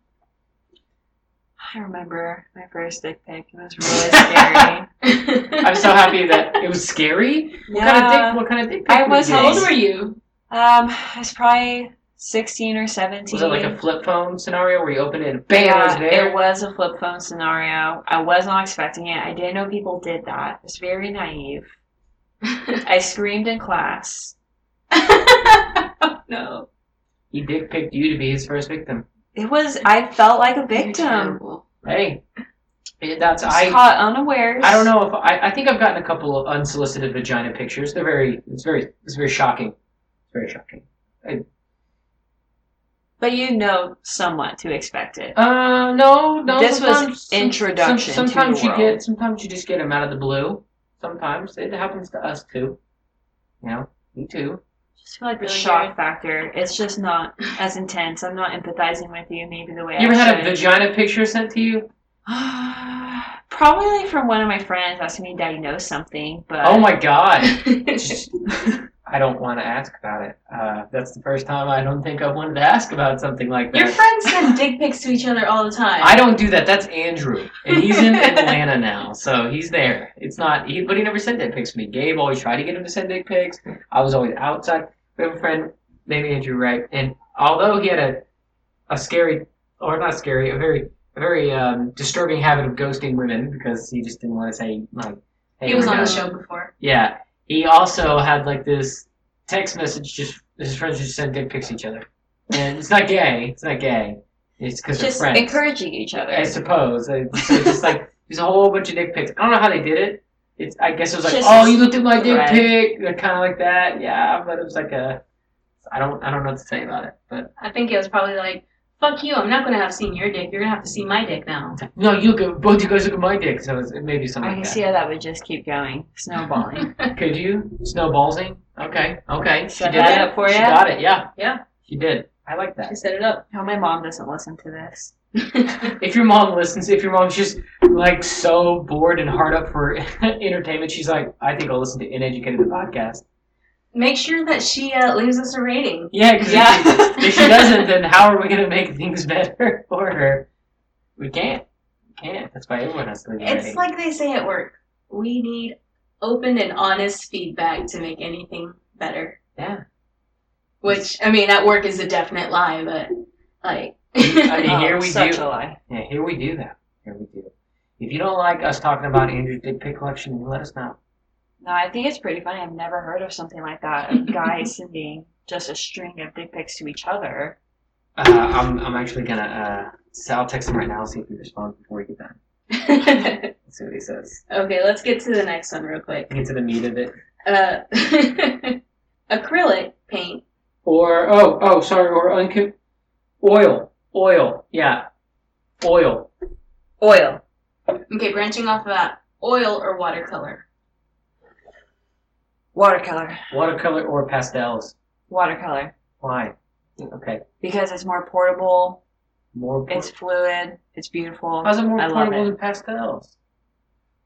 Speaker 4: I remember my first dick pic. It was really scary.
Speaker 3: I'm so happy that it was scary. What kind of dick? What kind of dick pic?
Speaker 4: I
Speaker 3: did
Speaker 4: was-
Speaker 3: you
Speaker 2: How
Speaker 3: get?
Speaker 2: old were you?
Speaker 4: Um, I was probably sixteen or seventeen.
Speaker 3: Was it like a flip phone scenario where you open it and bam, it was
Speaker 4: Yeah,
Speaker 3: there?
Speaker 4: it was a flip phone scenario. I was not expecting it. I didn't know people did that. It was very naive. I screamed in class.
Speaker 2: no.
Speaker 3: He dick picked you to be his first victim.
Speaker 4: It was. I felt like a
Speaker 2: um,
Speaker 4: victim.
Speaker 3: Hey, it- that's
Speaker 4: Just
Speaker 3: I.
Speaker 4: caught unawares.
Speaker 3: I don't know if I. I think I've gotten a couple of unsolicited vagina pictures. They're very. It's very. It's very shocking. It's very shocking.
Speaker 4: But you know somewhat to expect it.
Speaker 3: Uh, no, no.
Speaker 4: This was
Speaker 3: sometimes- some-
Speaker 4: introduction
Speaker 3: some-
Speaker 4: to the
Speaker 3: Sometimes you
Speaker 4: world.
Speaker 3: get. Sometimes you just get them out of the blue. Sometimes it happens to us too. You know, me too.
Speaker 4: Just feel like the
Speaker 2: Really
Speaker 4: shock
Speaker 2: weird.
Speaker 4: factor. It's just not as intense. I'm not empathizing with you maybe the way I
Speaker 3: you ever had a
Speaker 4: should.
Speaker 3: vagina picture sent to you?
Speaker 4: Probably from one of my friends asking me, "Daddy knows something," but
Speaker 3: Oh my god.
Speaker 2: It's
Speaker 3: Just- I don't want to ask about it. Uh, that's the first time I don't think I wanted to ask about something like that.
Speaker 2: Your friends send dick pics to each other all the time.
Speaker 3: I don't do that. That's Andrew, and he's in Atlanta now, so he's there. It's not, he, but he never sent dick pics to me. Gabe always tried to get him to send dick pics. I was always outside. We have a friend named Andrew Wright, and although he had a a scary, or not scary, a very a very um, disturbing habit of ghosting women because he just didn't want to say like. Hey,
Speaker 2: he was
Speaker 3: we're
Speaker 2: on the
Speaker 3: done.
Speaker 2: show before.
Speaker 3: Yeah, he also had like this text message. Just his friends just send dick pics to each other, and it's not gay. It's not gay. It's because they're
Speaker 4: just
Speaker 3: friends.
Speaker 4: encouraging each other.
Speaker 3: I suppose. I- So it's just like there's a whole bunch of dick pics. I don't know how they did it. It's I guess it was like,
Speaker 4: Just
Speaker 3: oh, you looked at my dick
Speaker 4: thread.
Speaker 3: pic, kind of like that. Yeah, but it was like a. I don't I don't know what to say about it, but
Speaker 2: I think it was probably like, fuck you, I'm not going to have seen your dick. You're going to have to see my dick now.
Speaker 3: no, you look at both you guys look at my dick, so it's, it may be something
Speaker 4: I
Speaker 3: like
Speaker 4: can
Speaker 3: that.
Speaker 4: see how that would just keep going, snowballing.
Speaker 3: Could you snowballsing? Okay, okay. She
Speaker 4: Set
Speaker 3: did
Speaker 4: that
Speaker 3: it.
Speaker 4: up for
Speaker 3: She
Speaker 4: ya?
Speaker 3: got it. Yeah,
Speaker 2: Yeah.
Speaker 3: she did. I like that.
Speaker 2: She set it up.
Speaker 4: no, my mom doesn't listen to this.
Speaker 3: If your mom listens, if your mom's just like so bored and hard up for entertainment, she's like, I think I'll listen to Uneducated the podcast.
Speaker 2: Make sure that she uh, leaves us a rating.
Speaker 3: Yeah, because
Speaker 4: Yeah.
Speaker 3: if she doesn't, then how are we going to make things better for her? We can't. We can't. That's why everyone has to leave. a
Speaker 2: It's
Speaker 3: rating.
Speaker 2: like they say at work we need open and honest feedback to make anything better.
Speaker 3: yeah.
Speaker 2: Which, I mean, at work is a definite lie, but like.
Speaker 3: I mean, here
Speaker 4: Oh,
Speaker 3: we
Speaker 4: such
Speaker 3: do.
Speaker 4: a lie.
Speaker 3: Yeah, here we do that. Here we do. If you don't like us talking about Andrew's dick pic collection, let us know.
Speaker 4: No, I think it's pretty funny. I've never heard of something like that. Of guys sending just a string of dick pics to each other.
Speaker 3: Uh, I'm, I'm actually gonna. Uh, so I'll text him right now. See if he responds before we get done.
Speaker 2: okay,
Speaker 3: Let's see what he says.
Speaker 2: let's get to the next one real quick.
Speaker 3: Get to the meat of it.
Speaker 2: Uh, acrylic paint.
Speaker 3: Or oh oh sorry. Or uncon- oil oil yeah oil.
Speaker 4: Oil.
Speaker 2: Okay, branching off of that, oil or watercolor.
Speaker 4: Watercolor.
Speaker 3: Watercolor or pastels.
Speaker 4: Watercolor.
Speaker 3: Why? Okay.
Speaker 4: Because it's more portable,
Speaker 3: More. por-
Speaker 4: it's fluid, it's beautiful.
Speaker 3: How's it more
Speaker 4: I love
Speaker 3: portable
Speaker 4: it.
Speaker 3: than pastels?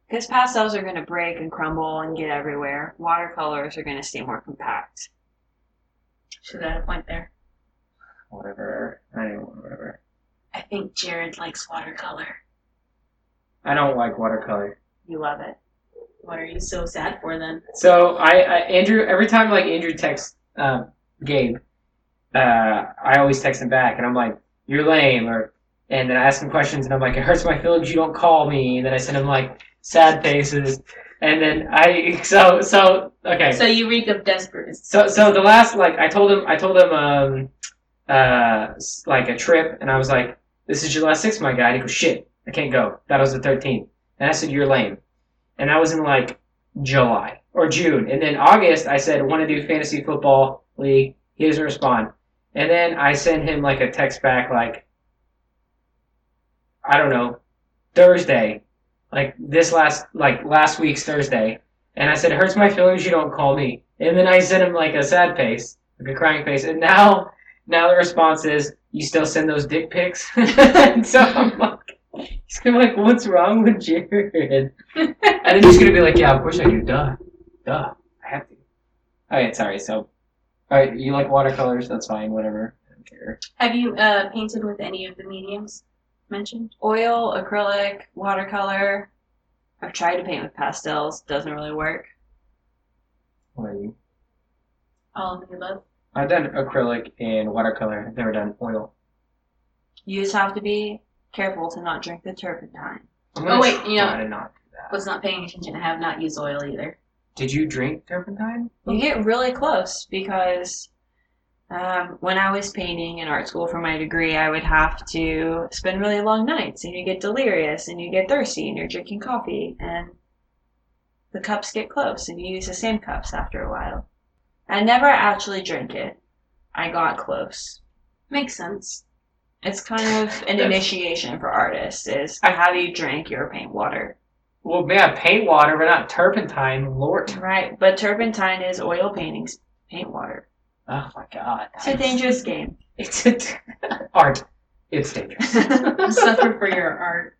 Speaker 4: Because pastels are going to break and crumble and get everywhere. Watercolors are going to stay more compact.
Speaker 2: Should I have a point there?
Speaker 3: Whatever. I don't whatever.
Speaker 2: I think Jared likes watercolor.
Speaker 3: I don't like watercolor.
Speaker 4: You love it.
Speaker 2: What are you so sad for then?
Speaker 3: So I, I Andrew every time like Andrew texts uh, Gabe, uh, I always text him back and I'm like, You're lame or and then I ask him questions and I'm like, It hurts my feelings you don't call me and then I send him like sad faces and then I so so okay.
Speaker 2: So you reek of desperate.
Speaker 3: So, so the last like I told him, I told him um, uh, s- like a trip, and I was like, "This is your last six, my guy." And he goes, "Shit, I can't go." That was the thirteenth, and I said, "You're lame," and I was in like July or June, and then August, I said, "Want to do fantasy football league?" He doesn't respond, and then I send him like a text back like, I don't know, Thursday, like this last like last week's Thursday, and I said, it hurts my feelings you don't call me. And then I sent him like a sad face, like a crying face. And now, now the response is, you still send those dick pics? and so I'm like, he's gonna be like, what's wrong with Jared? and then he's gonna be like, yeah, of course I do. Duh. Duh. I have to. Alright, sorry. So, alright, you like watercolors? That's fine. Whatever. I don't care.
Speaker 2: Have you uh, painted with any of the mediums mentioned?
Speaker 4: Oil, acrylic, watercolor. I've tried to paint with pastels, doesn't really work.
Speaker 3: What are you?
Speaker 2: All of the above.
Speaker 3: I've done acrylic and watercolor. I've never done oil.
Speaker 4: You just have to be careful to not drink the turpentine.
Speaker 3: I'm
Speaker 2: Oh, wait, you know-
Speaker 3: try to not do that.
Speaker 2: Was not paying attention. I have not used oil either.
Speaker 3: Did you drink turpentine?
Speaker 4: You get really close because um, when I was painting in art school for my degree, I would have to spend really long nights, and you get delirious, and you get thirsty, and you're drinking coffee, and the cups get close, and you use the same cups after a while. I never actually drank it. I got close.
Speaker 2: Makes sense.
Speaker 4: It's kind of an
Speaker 3: That's-
Speaker 4: initiation for artists is how do you drink your paint water?
Speaker 3: Well, yeah, paint water, but not turpentine. Lord.
Speaker 4: Right, but turpentine is oil paintings paint water.
Speaker 3: Oh my god.
Speaker 4: It's a dangerous game.
Speaker 3: It's a art. It's dangerous.
Speaker 2: Suffer for your art.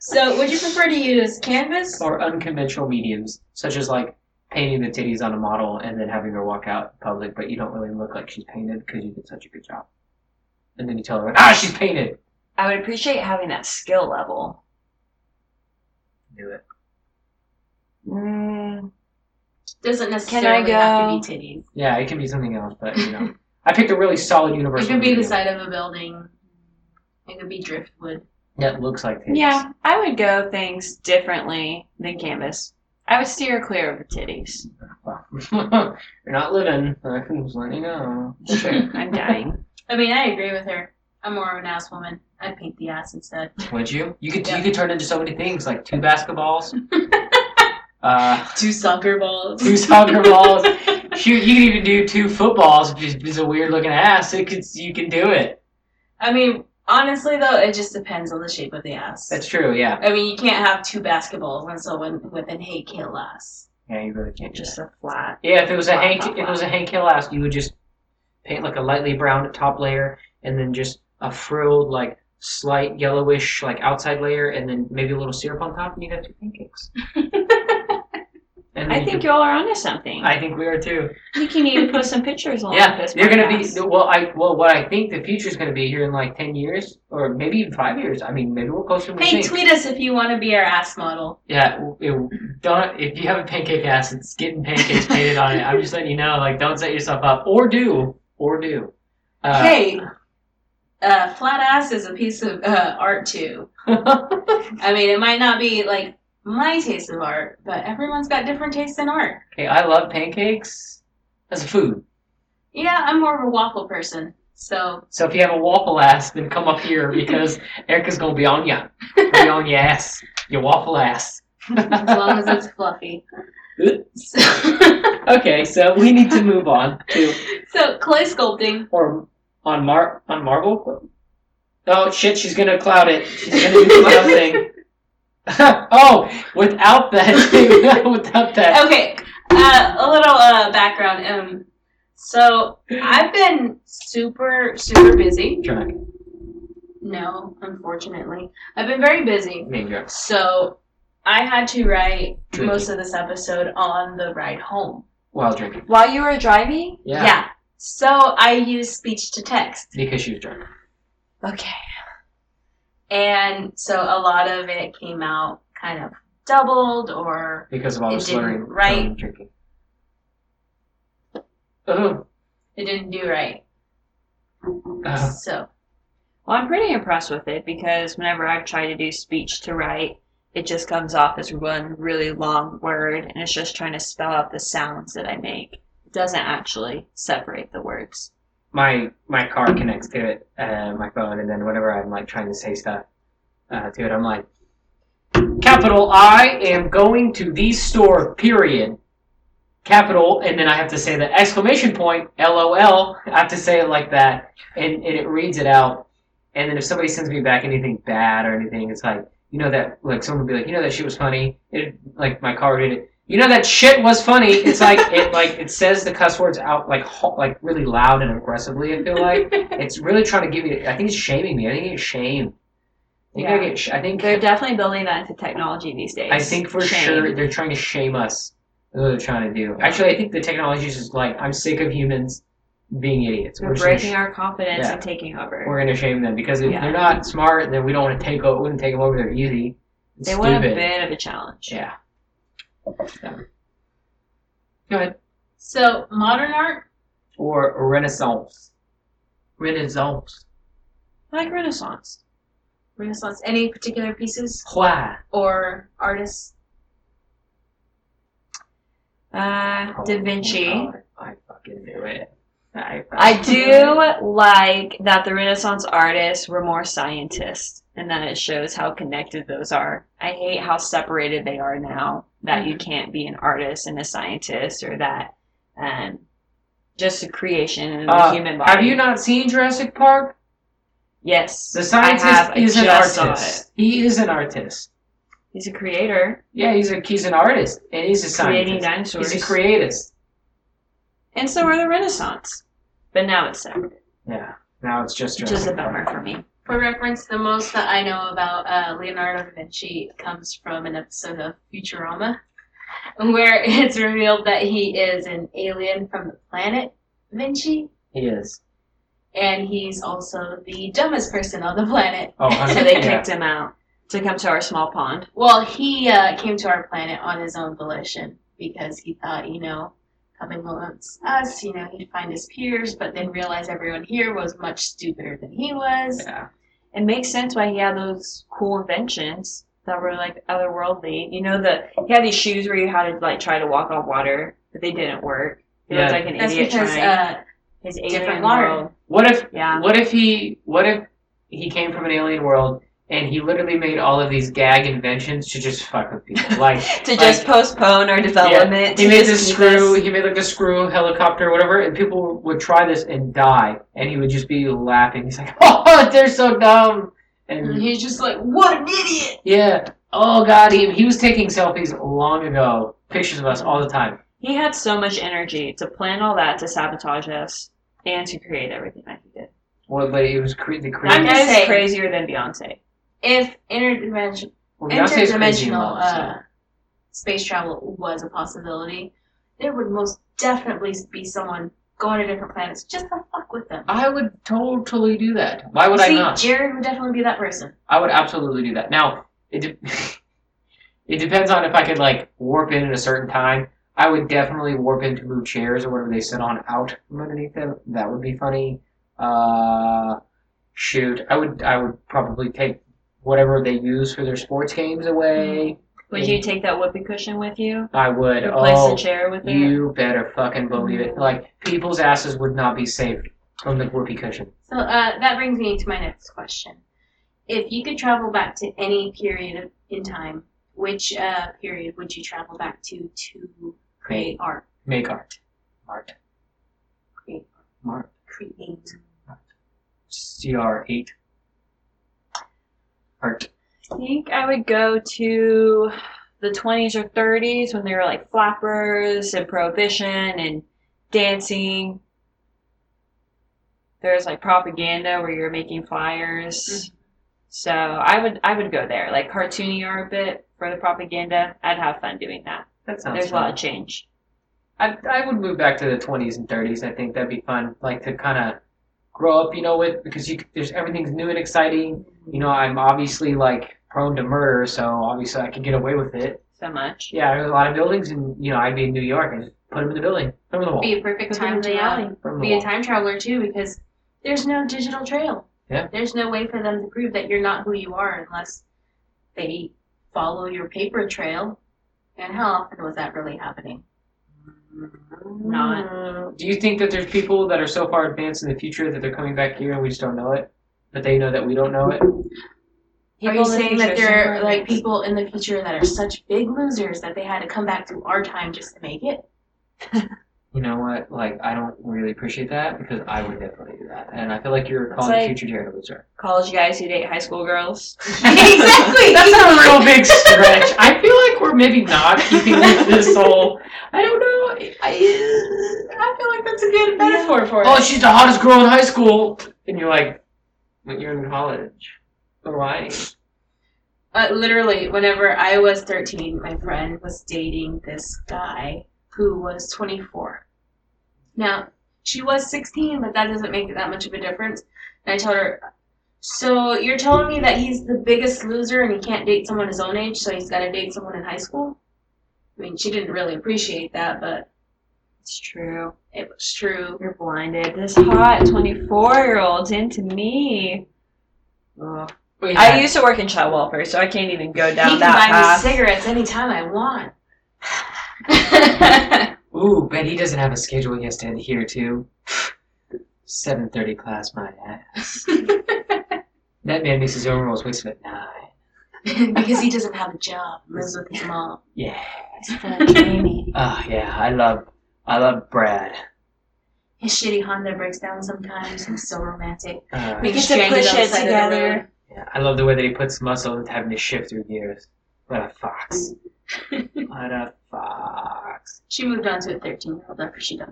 Speaker 2: So, would you prefer to use canvas?
Speaker 3: or unconventional mediums, such as like painting the titties on a model and then having her walk out in public, but you don't really look like she's painted because you did such a good job. And then you tell her, ah, she's painted.
Speaker 4: I would appreciate having that skill level.
Speaker 3: Do it.
Speaker 4: Mm,
Speaker 2: Doesn't necessarily have to be titties.
Speaker 3: Yeah, it can be something else, but you know, I picked a really solid
Speaker 2: It
Speaker 3: universal.
Speaker 2: could be the
Speaker 3: medium
Speaker 2: side of a building. It could be driftwood.
Speaker 3: that looks like titties.
Speaker 4: yeah, I would go things differently than canvas. I would steer clear of the titties.
Speaker 3: Well, you're not living. I can just let you know.
Speaker 4: Sure, I'm dying.
Speaker 2: I mean, I agree with her. I'm more of an ass woman. I paint the ass instead.
Speaker 3: Would you? You could.
Speaker 2: Yeah.
Speaker 3: You could turn into so many things, like two basketballs. uh,
Speaker 2: Two soccer balls.
Speaker 3: two soccer balls. Shoot, you can even do two footballs. If it's- it's a weird looking ass, it could, you can do it.
Speaker 2: I mean, honestly though, it just depends on the shape of the ass.
Speaker 3: That's true. Yeah.
Speaker 2: I mean, you can't have two basketballs and so one with an hey kill ass.
Speaker 3: Yeah, you really can't do
Speaker 4: Just
Speaker 3: that.
Speaker 4: a flat.
Speaker 3: Yeah, if it was a
Speaker 4: Wow,
Speaker 3: Hank,
Speaker 4: wow,
Speaker 3: if it
Speaker 4: wow.
Speaker 3: was a Hank Hill ass, you would just paint like a lightly brown top layer, and then just a frilled like slight yellowish like outside layer, and then maybe a little syrup on top, and you'd have two pancakes. and then
Speaker 4: I
Speaker 3: you
Speaker 4: think
Speaker 3: could-
Speaker 4: you all are onto something.
Speaker 3: I think we are too.
Speaker 4: we can even put some pictures on
Speaker 3: Yeah,
Speaker 4: this.
Speaker 3: they're gonna
Speaker 4: podcast.
Speaker 3: be well. I well, what I think the future is gonna be here in like ten years, or maybe even five years. I mean, maybe we're closer. than we
Speaker 2: Hey,
Speaker 3: think.
Speaker 2: tweet us if you want to be our ass model.
Speaker 3: Yeah, w- it, don't if you have a pancake ass, it's getting pancakes painted on it. I'm just letting you know. Like, don't set yourself up, or do, or do. Uh,
Speaker 2: hey, uh, flat ass is a piece of uh, art too. I mean, it might not be like my taste of art, but everyone's got different tastes in art.
Speaker 3: hey, I love pancakes as a food.
Speaker 2: Yeah, I'm more of a waffle person, so
Speaker 3: So if you have a waffle ass, then come up here because Erica's gonna be on ya, be on your ass, your waffle ass.
Speaker 2: as long as it's fluffy. so,
Speaker 3: okay, so we need to move on to.
Speaker 2: so clay sculpting.
Speaker 3: or on Mar on Marvel. Oh shit, she's gonna cloud it. She's gonna do the cloud thing. oh, without that, too. without that.
Speaker 2: Okay, uh, a little uh, background. Um, so I've been super super busy.
Speaker 3: Drunk.
Speaker 2: No, unfortunately, I've been very busy.
Speaker 3: I mean, drunk.
Speaker 2: So I had to write
Speaker 3: Drinking.
Speaker 2: most of this episode on the ride home.
Speaker 3: While drinking.
Speaker 4: While you were driving?
Speaker 3: Yeah.
Speaker 2: So I used speech to text.
Speaker 3: Because she was drunk.
Speaker 4: Okay.
Speaker 2: And so a lot of it came out kind of doubled or
Speaker 3: Because of all
Speaker 2: It
Speaker 3: the
Speaker 2: didn't
Speaker 3: slurring
Speaker 2: write.
Speaker 3: from drinking. Oh.
Speaker 2: it didn't do right.
Speaker 3: Uh,
Speaker 2: So
Speaker 4: Well, I'm pretty impressed with it because whenever I've tried to do speech to write, it just comes off as one really long word and it's just trying to spell out the sounds that I make. It doesn't actually separate the words.
Speaker 3: my my car connects to it, uh, my phone, and then whenever I'm like trying to say stuff uh, to it, I'm like, capital I am going to the store. Period. Capital, and then I have to say the exclamation point. LOL. I have to say it like that, and, and it reads it out. And then if somebody sends me back anything bad or anything, it's like you know that like someone would be like, you know that shit was funny. It like my car did it. You know that shit was funny. It's like it like it says the cuss words out like ho- like really loud and aggressively. I feel like it's really trying to get me. I think it's shaming me. I think it's shame. I think I
Speaker 4: Yeah.
Speaker 3: get. Sh- I think
Speaker 4: They're definitely building that into technology these days.
Speaker 3: I think for
Speaker 4: Shame.
Speaker 3: sure they're trying to shame us. That's what they're trying to do. Actually, I think the technology is just like I'm sick of humans being idiots.
Speaker 4: They're
Speaker 3: We're, just gonna
Speaker 4: breaking
Speaker 3: sh-
Speaker 4: our confidence
Speaker 3: Yeah.
Speaker 4: and taking over.
Speaker 3: we're gonna shame them because if
Speaker 4: Yeah.
Speaker 3: they're not smart, then we don't want to take over. Wouldn't take them over. They're easy. and
Speaker 4: they
Speaker 3: stupid.
Speaker 4: want a bit of a challenge.
Speaker 3: Yeah. Yeah. Go ahead.
Speaker 2: so modern art,
Speaker 3: Or Renaissance. Renaissance.
Speaker 4: Like Renaissance.
Speaker 2: Renaissance, any particular pieces
Speaker 3: Why?
Speaker 2: or artists?
Speaker 4: Uh, da Vinci.
Speaker 3: Oh, I fucking knew it. I,
Speaker 4: I do like that the Renaissance artists were more scientists, and then it shows how connected those are. I hate how separated they are now. That you
Speaker 3: Mm-hmm.
Speaker 4: can't be an artist and a scientist, or that um, just a creation in the
Speaker 3: Uh,
Speaker 4: human body.
Speaker 3: Have you not seen Jurassic Park?
Speaker 4: Yes,
Speaker 3: The
Speaker 4: I have.
Speaker 3: scientist
Speaker 4: I
Speaker 3: is an
Speaker 4: just saw
Speaker 3: artist. He is an artist.
Speaker 4: it. He's a creator,
Speaker 3: Yeah, he's a he's an artist and he's a
Speaker 4: creating
Speaker 3: scientist.
Speaker 4: dinosaurs,
Speaker 3: He's a creatist.
Speaker 4: and so are the Renaissance. But now it's separate,
Speaker 3: Yeah. Now it's just
Speaker 4: which is a
Speaker 3: Jurassic
Speaker 4: bummer
Speaker 3: Park.
Speaker 4: for me.
Speaker 2: For reference, the most that I know about uh, Leonardo da Vinci comes from an episode of Futurama, where it's revealed that he is an alien from the planet Vinci,
Speaker 3: He is.
Speaker 2: and he's also the dumbest person on the planet.
Speaker 3: Oh,
Speaker 4: So
Speaker 3: 100
Speaker 4: they
Speaker 3: yeah.
Speaker 4: kicked him out to come to our small pond.
Speaker 2: Well, he uh, came to our planet on his own volition because he thought, you know, coming amongst us, you know, he'd find his peers, but then realize everyone here was much stupider than he was.
Speaker 3: Yeah.
Speaker 4: it makes sense why he had those cool inventions that were like otherworldly. You know, the he had these shoes where you had to like try to walk on water, but they didn't work. He looked
Speaker 3: Yeah.
Speaker 4: like an
Speaker 2: That's
Speaker 4: idiot
Speaker 2: because
Speaker 4: trying.
Speaker 2: uh,
Speaker 4: His
Speaker 2: different
Speaker 4: alien
Speaker 2: water.
Speaker 4: world.
Speaker 3: What if
Speaker 4: Yeah.
Speaker 3: What if he what if he came from an alien world and he literally made all of these gag inventions to just fuck with people? Like
Speaker 4: To just postpone our development.
Speaker 3: he
Speaker 4: to
Speaker 3: made
Speaker 4: just
Speaker 3: this
Speaker 4: keep
Speaker 3: screw,
Speaker 4: us-
Speaker 3: he made like a screw helicopter or whatever, and people would try this and die, and he would just be laughing. He's like, "Oh, they're so dumb," and
Speaker 2: he's just like, what an idiot!
Speaker 3: yeah, oh god, he he was taking selfies long ago, pictures of us all the time.
Speaker 4: He had so much energy to plan all that to sabotage us and to create everything that he did.
Speaker 3: Well, but it was cre- the
Speaker 4: That
Speaker 2: I'm
Speaker 3: creative.
Speaker 2: just
Speaker 4: guy's
Speaker 2: saying-
Speaker 4: crazier than Beyonce.
Speaker 2: if interdimension,
Speaker 3: Well, Beyonce's crazy
Speaker 2: interdimensional
Speaker 3: love, so-
Speaker 2: uh, space travel was a possibility, there would most definitely be someone going to different planets just to fuck with them.
Speaker 3: I would totally do that. Why would
Speaker 2: See,
Speaker 3: I not?
Speaker 2: Jared would definitely be that person.
Speaker 3: I would absolutely do that. Now, it de- it depends on if I could like warp in at a certain time. I would definitely warp in to move chairs or whatever they sit on out from underneath them. That would be funny. Uh, shoot, I would I would probably take whatever they use for their sports games away.
Speaker 4: Would you take that whoopee cushion with you?
Speaker 3: I would.
Speaker 4: Replace
Speaker 3: oh,
Speaker 4: the chair with it?
Speaker 3: you better fucking believe it. Like people's asses would not be safe from the whoopee cushion.
Speaker 2: So uh, that brings me to my next question. If you could travel back to any period of, in time, which uh, period would you travel back to to create art?
Speaker 3: Make art, art,
Speaker 2: Create,
Speaker 3: art.
Speaker 2: create.
Speaker 3: CR eight. Art.
Speaker 4: I think I would go to the 20s or 30s when they were like flappers and prohibition and dancing. There's like propaganda where you're making flyers. So I would I would go there like cartoony art a bit for the propaganda. I'd have fun doing that.
Speaker 3: That sounds.
Speaker 4: There's a
Speaker 3: fun.
Speaker 4: lot of change.
Speaker 3: I I would move back to the 20s and 30s. I think that'd be fun. Like to kind of grow up, you know, with because you there's everything's new and exciting. You know, I'm obviously like prone to murder, so obviously I could get away with it.
Speaker 4: So much.
Speaker 3: Yeah, there's a lot of buildings, and you know, I'd be in New York and just put them in the building, put them in the wall,
Speaker 2: Be a perfect
Speaker 4: Put them
Speaker 2: time
Speaker 4: in
Speaker 2: to
Speaker 4: the
Speaker 2: uh,
Speaker 4: alley.
Speaker 3: put 'em in the
Speaker 2: be a
Speaker 3: wall.
Speaker 2: time traveler too because there's no digital trail.
Speaker 3: Yeah.
Speaker 2: There's no way for them to prove that you're not who you are unless they follow your paper trail. And how often was that really happening?
Speaker 4: Not.
Speaker 3: Do you think that there's people that are so far advanced in the future that they're coming back here and we just don't know it, but they know that we don't know it?
Speaker 2: Are you
Speaker 4: People in the
Speaker 2: saying that
Speaker 4: future
Speaker 2: there are
Speaker 4: super
Speaker 2: like
Speaker 4: advanced.
Speaker 2: people in the future that are such big losers that they had to come back to our time just to make it?
Speaker 3: you know what? Like, I don't really appreciate that because I would definitely do that. And I feel like you're
Speaker 4: It's
Speaker 3: calling
Speaker 4: like-
Speaker 3: the future Jared a loser.
Speaker 4: college guys who date high school girls?
Speaker 2: Exactly.
Speaker 3: That's a real big stretch. I feel like we're maybe not keeping with this whole. I don't know. I,
Speaker 2: I feel like that's a good metaphor for
Speaker 3: oh, she's the hottest girl in high school. And you're like, but you're in college. You're lying.
Speaker 2: Uh, literally, whenever I was 13, my friend was dating this guy who was 24. Now, she was 16, but that doesn't make it that much of a difference. And I told her, So you're telling me that he's the biggest loser and he can't date someone his own age, so he's got to date someone in high school? I mean, she didn't really appreciate that, but
Speaker 4: It's true.
Speaker 2: it was true.
Speaker 4: You're blinded. This hot 24 year old's into me. Ugh.
Speaker 3: We
Speaker 4: I
Speaker 3: had-
Speaker 4: used to work in child welfare, so I can't even go down
Speaker 2: he can
Speaker 4: that
Speaker 2: buy
Speaker 4: path.
Speaker 2: me cigarettes anytime I want.
Speaker 3: Ooh, bet he doesn't have a schedule he has to adhere to. 7.30 class, my ass. that man makes his own rules, wakes up at 9.
Speaker 2: because he doesn't have a job, lives with his mom.
Speaker 3: Yeah.
Speaker 2: His
Speaker 3: Oh, yeah, I love, I love Brad.
Speaker 2: shitty Honda breaks down sometimes. It's so romantic.
Speaker 3: Uh,
Speaker 4: We get to
Speaker 2: strangled
Speaker 4: push it
Speaker 2: outside of the
Speaker 4: together.
Speaker 2: road.
Speaker 3: yeah, I love the way that he puts muscle into having to shift through gears. What a fox. what a fox.
Speaker 2: She moved on to a 13 year old after she got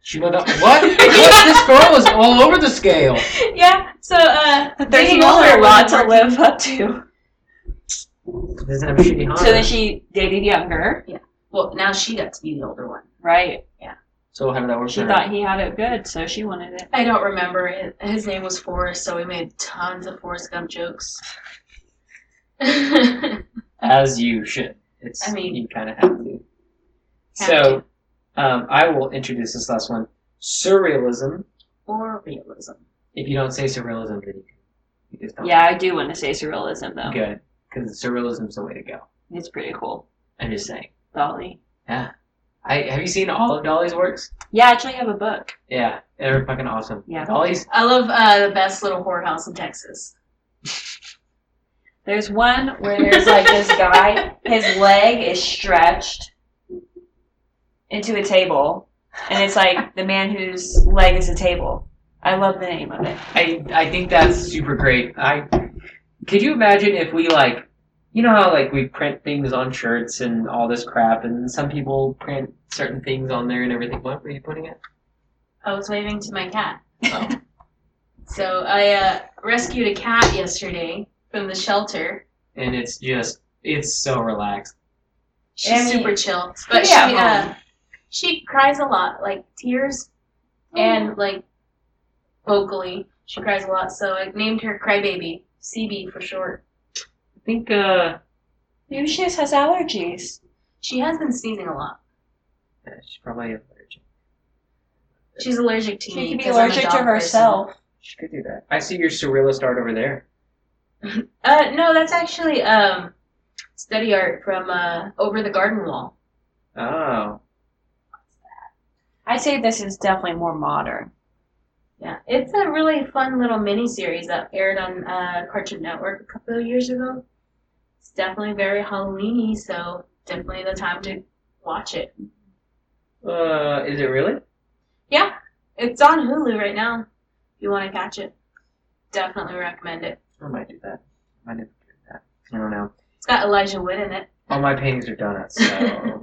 Speaker 3: She know that, what? what? This girl is all over the scale.
Speaker 2: Yeah, so, uh,
Speaker 4: There's
Speaker 2: dating
Speaker 4: another
Speaker 2: older
Speaker 4: lot to
Speaker 2: wasn't
Speaker 4: live up to.
Speaker 3: Doesn't have a shitty Honda.
Speaker 4: So then she dated younger,
Speaker 2: Well, now she got to be the older one.
Speaker 4: right?
Speaker 3: So how did that work
Speaker 4: She
Speaker 3: for her?
Speaker 4: thought he had it good, so she wanted it.
Speaker 2: I don't remember it. His name was Forrest, so we made tons of Forrest Gump jokes. That's
Speaker 3: As you should. It's
Speaker 2: I mean-
Speaker 3: you kind of have to.
Speaker 2: Have
Speaker 3: so, um, I will introduce this last one. Surrealism.
Speaker 2: or realism.
Speaker 3: If you don't say surrealism, then you, you just don't.
Speaker 4: Yeah, I do want to say surrealism though.
Speaker 3: Good, because surrealism's the way to go.
Speaker 4: It's pretty cool.
Speaker 3: I'm just saying.
Speaker 4: Dolly.
Speaker 3: Yeah. I have you seen all of Dolly's works?
Speaker 4: Yeah, I actually have a book.
Speaker 3: Yeah, they're fucking awesome.
Speaker 4: Yeah.
Speaker 3: Dolly's.
Speaker 2: I love uh, the best little whorehouse in Texas.
Speaker 4: There's one where there's like this guy, his leg is stretched into a table, and it's like the man whose leg is a table. I love the name of it.
Speaker 3: I I think that's super great. I could you imagine if we like you know how like we print things on shirts and all this crap and some people print certain things on there and everything. What were you putting it?
Speaker 2: I was waving to my cat.
Speaker 3: Oh.
Speaker 2: So I uh, rescued a cat yesterday from the shelter.
Speaker 3: and it's just it's so relaxed.
Speaker 2: She's
Speaker 4: And-
Speaker 2: super chill, but
Speaker 4: Yeah,
Speaker 2: she uh, she cries a lot, like tears,
Speaker 4: Mm-hmm.
Speaker 2: and like vocally, she cries a lot. So I named her Crybaby, CB for short.
Speaker 3: I think uh
Speaker 4: Maybe she just has allergies.
Speaker 2: She has been sneezing a lot.
Speaker 3: yeah, she's probably allergic.
Speaker 2: She's allergic to me.
Speaker 4: She could be
Speaker 2: 'cause Mm, I'm a
Speaker 4: allergic
Speaker 2: dog
Speaker 4: to herself.
Speaker 3: She could do that. I see your surrealist art over there.
Speaker 2: person. Uh, no, that's actually um, study art from uh, Over the Garden Wall.
Speaker 3: Oh.
Speaker 4: I'd say this is definitely more modern.
Speaker 2: Yeah, it's a really fun little mini series that aired on uh, Cartoon Network a couple of years ago. It's definitely very Halloweeny, so definitely the time to watch it.
Speaker 3: Uh is it really?
Speaker 2: Yeah, it's on Hulu right now. If you want to catch it, definitely recommend it.
Speaker 3: I might do that. I might do that. I don't know.
Speaker 2: It's got Elijah Wood in it.
Speaker 3: All my paintings are donuts, so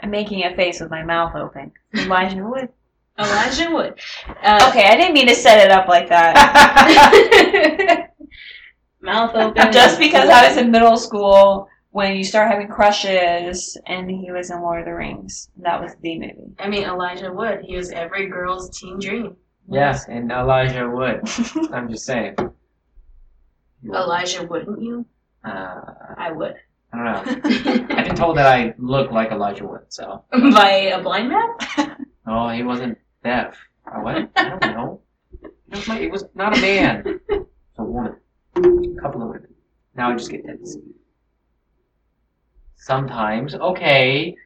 Speaker 4: I'm making a face with my mouth open. Elijah Wood.
Speaker 2: Elijah Wood. Uh,
Speaker 4: Okay, I didn't mean to set it up like that.
Speaker 2: Mouth open.
Speaker 4: Just because I was in middle school when you start having crushes, and he was in Lord of the Rings. That was the movie.
Speaker 2: I mean, Elijah Wood. He was every girl's teen dream.
Speaker 3: Yes, and Elijah Wood. I'm just saying.
Speaker 2: Elijah, wouldn't you?
Speaker 3: Uh, I
Speaker 2: I would.
Speaker 3: don't know. I've been told that I look like Elijah Wood, so.
Speaker 2: By a blind man?
Speaker 3: Oh, he wasn't deaf. I what? I don't know. It was, my, it was not a man. It was a woman. A couple of women. Now I just get this. Sometimes. Okay.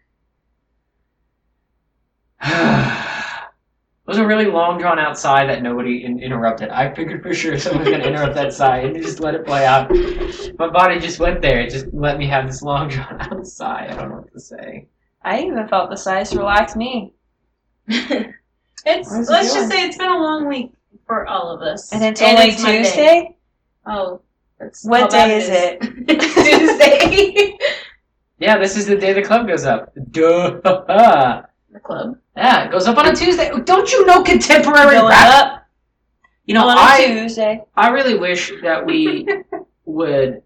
Speaker 3: it was a really long drawn out sigh that nobody in- interrupted. I figured for sure someone was going to interrupt that sigh and just let it play out. My body just went there. It just let me have this long drawn out sigh. I don't know what to say.
Speaker 4: I even felt the size relax me.
Speaker 2: It's
Speaker 3: What is
Speaker 2: let's
Speaker 3: it doing?
Speaker 2: just say it's been a long week for all of us.
Speaker 4: And it's only
Speaker 2: it's Monday.
Speaker 4: Tuesday?
Speaker 2: Oh, that's
Speaker 4: What
Speaker 2: how
Speaker 4: day
Speaker 2: bad
Speaker 4: is it?
Speaker 2: it's Tuesday.
Speaker 3: Yeah, this is the day the club goes up. Duh.
Speaker 2: the club.
Speaker 3: Yeah, it goes up on a Tuesday. Don't you know contemporary
Speaker 4: Going
Speaker 3: rap?
Speaker 4: up
Speaker 3: You know,
Speaker 4: on a
Speaker 3: I
Speaker 4: Tuesday.
Speaker 3: I really wish that we would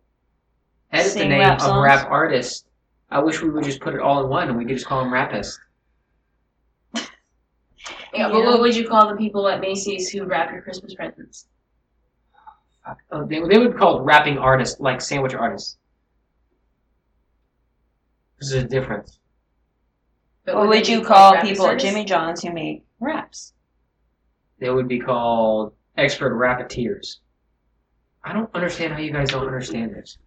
Speaker 3: edit
Speaker 4: Sing
Speaker 3: the name
Speaker 4: rap
Speaker 3: of
Speaker 4: songs.
Speaker 3: rap artists. I wish we would just put it all in one and we could just call them rapists.
Speaker 2: Yeah, but
Speaker 4: Yeah.
Speaker 2: what would you call the people at Macy's who wrap your Christmas presents?
Speaker 3: Uh, They, they would call it rapping artists, like sandwich artists. This is a difference.
Speaker 2: But
Speaker 4: What
Speaker 2: they
Speaker 4: would
Speaker 2: be
Speaker 4: you
Speaker 2: called
Speaker 4: call
Speaker 2: wrap
Speaker 4: people at
Speaker 2: service?
Speaker 4: Jimmy John's who make wraps?
Speaker 3: They would be called expert rapeteers. I don't understand how you guys don't understand this.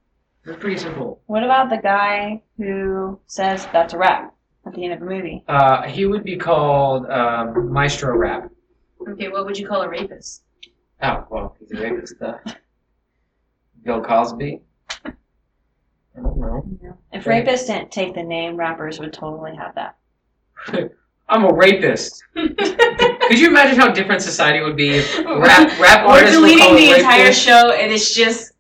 Speaker 3: It's pretty simple.
Speaker 4: What about the guy who says that's a wrap at the end of a movie?
Speaker 3: Uh, he would be called um, Maestro Rap.
Speaker 2: Okay, what would you call a rapist?
Speaker 3: Oh, well, he's a rapist. Uh, Bill Cosby. I don't know.
Speaker 4: If
Speaker 3: Right.
Speaker 4: rapists didn't take the name, rappers would totally have that.
Speaker 3: I'm a rapist. Could you imagine how different society would be if rap rap
Speaker 2: We're
Speaker 3: artists were
Speaker 2: deleting
Speaker 3: called
Speaker 2: the entire
Speaker 3: rapists?
Speaker 2: show, and it's just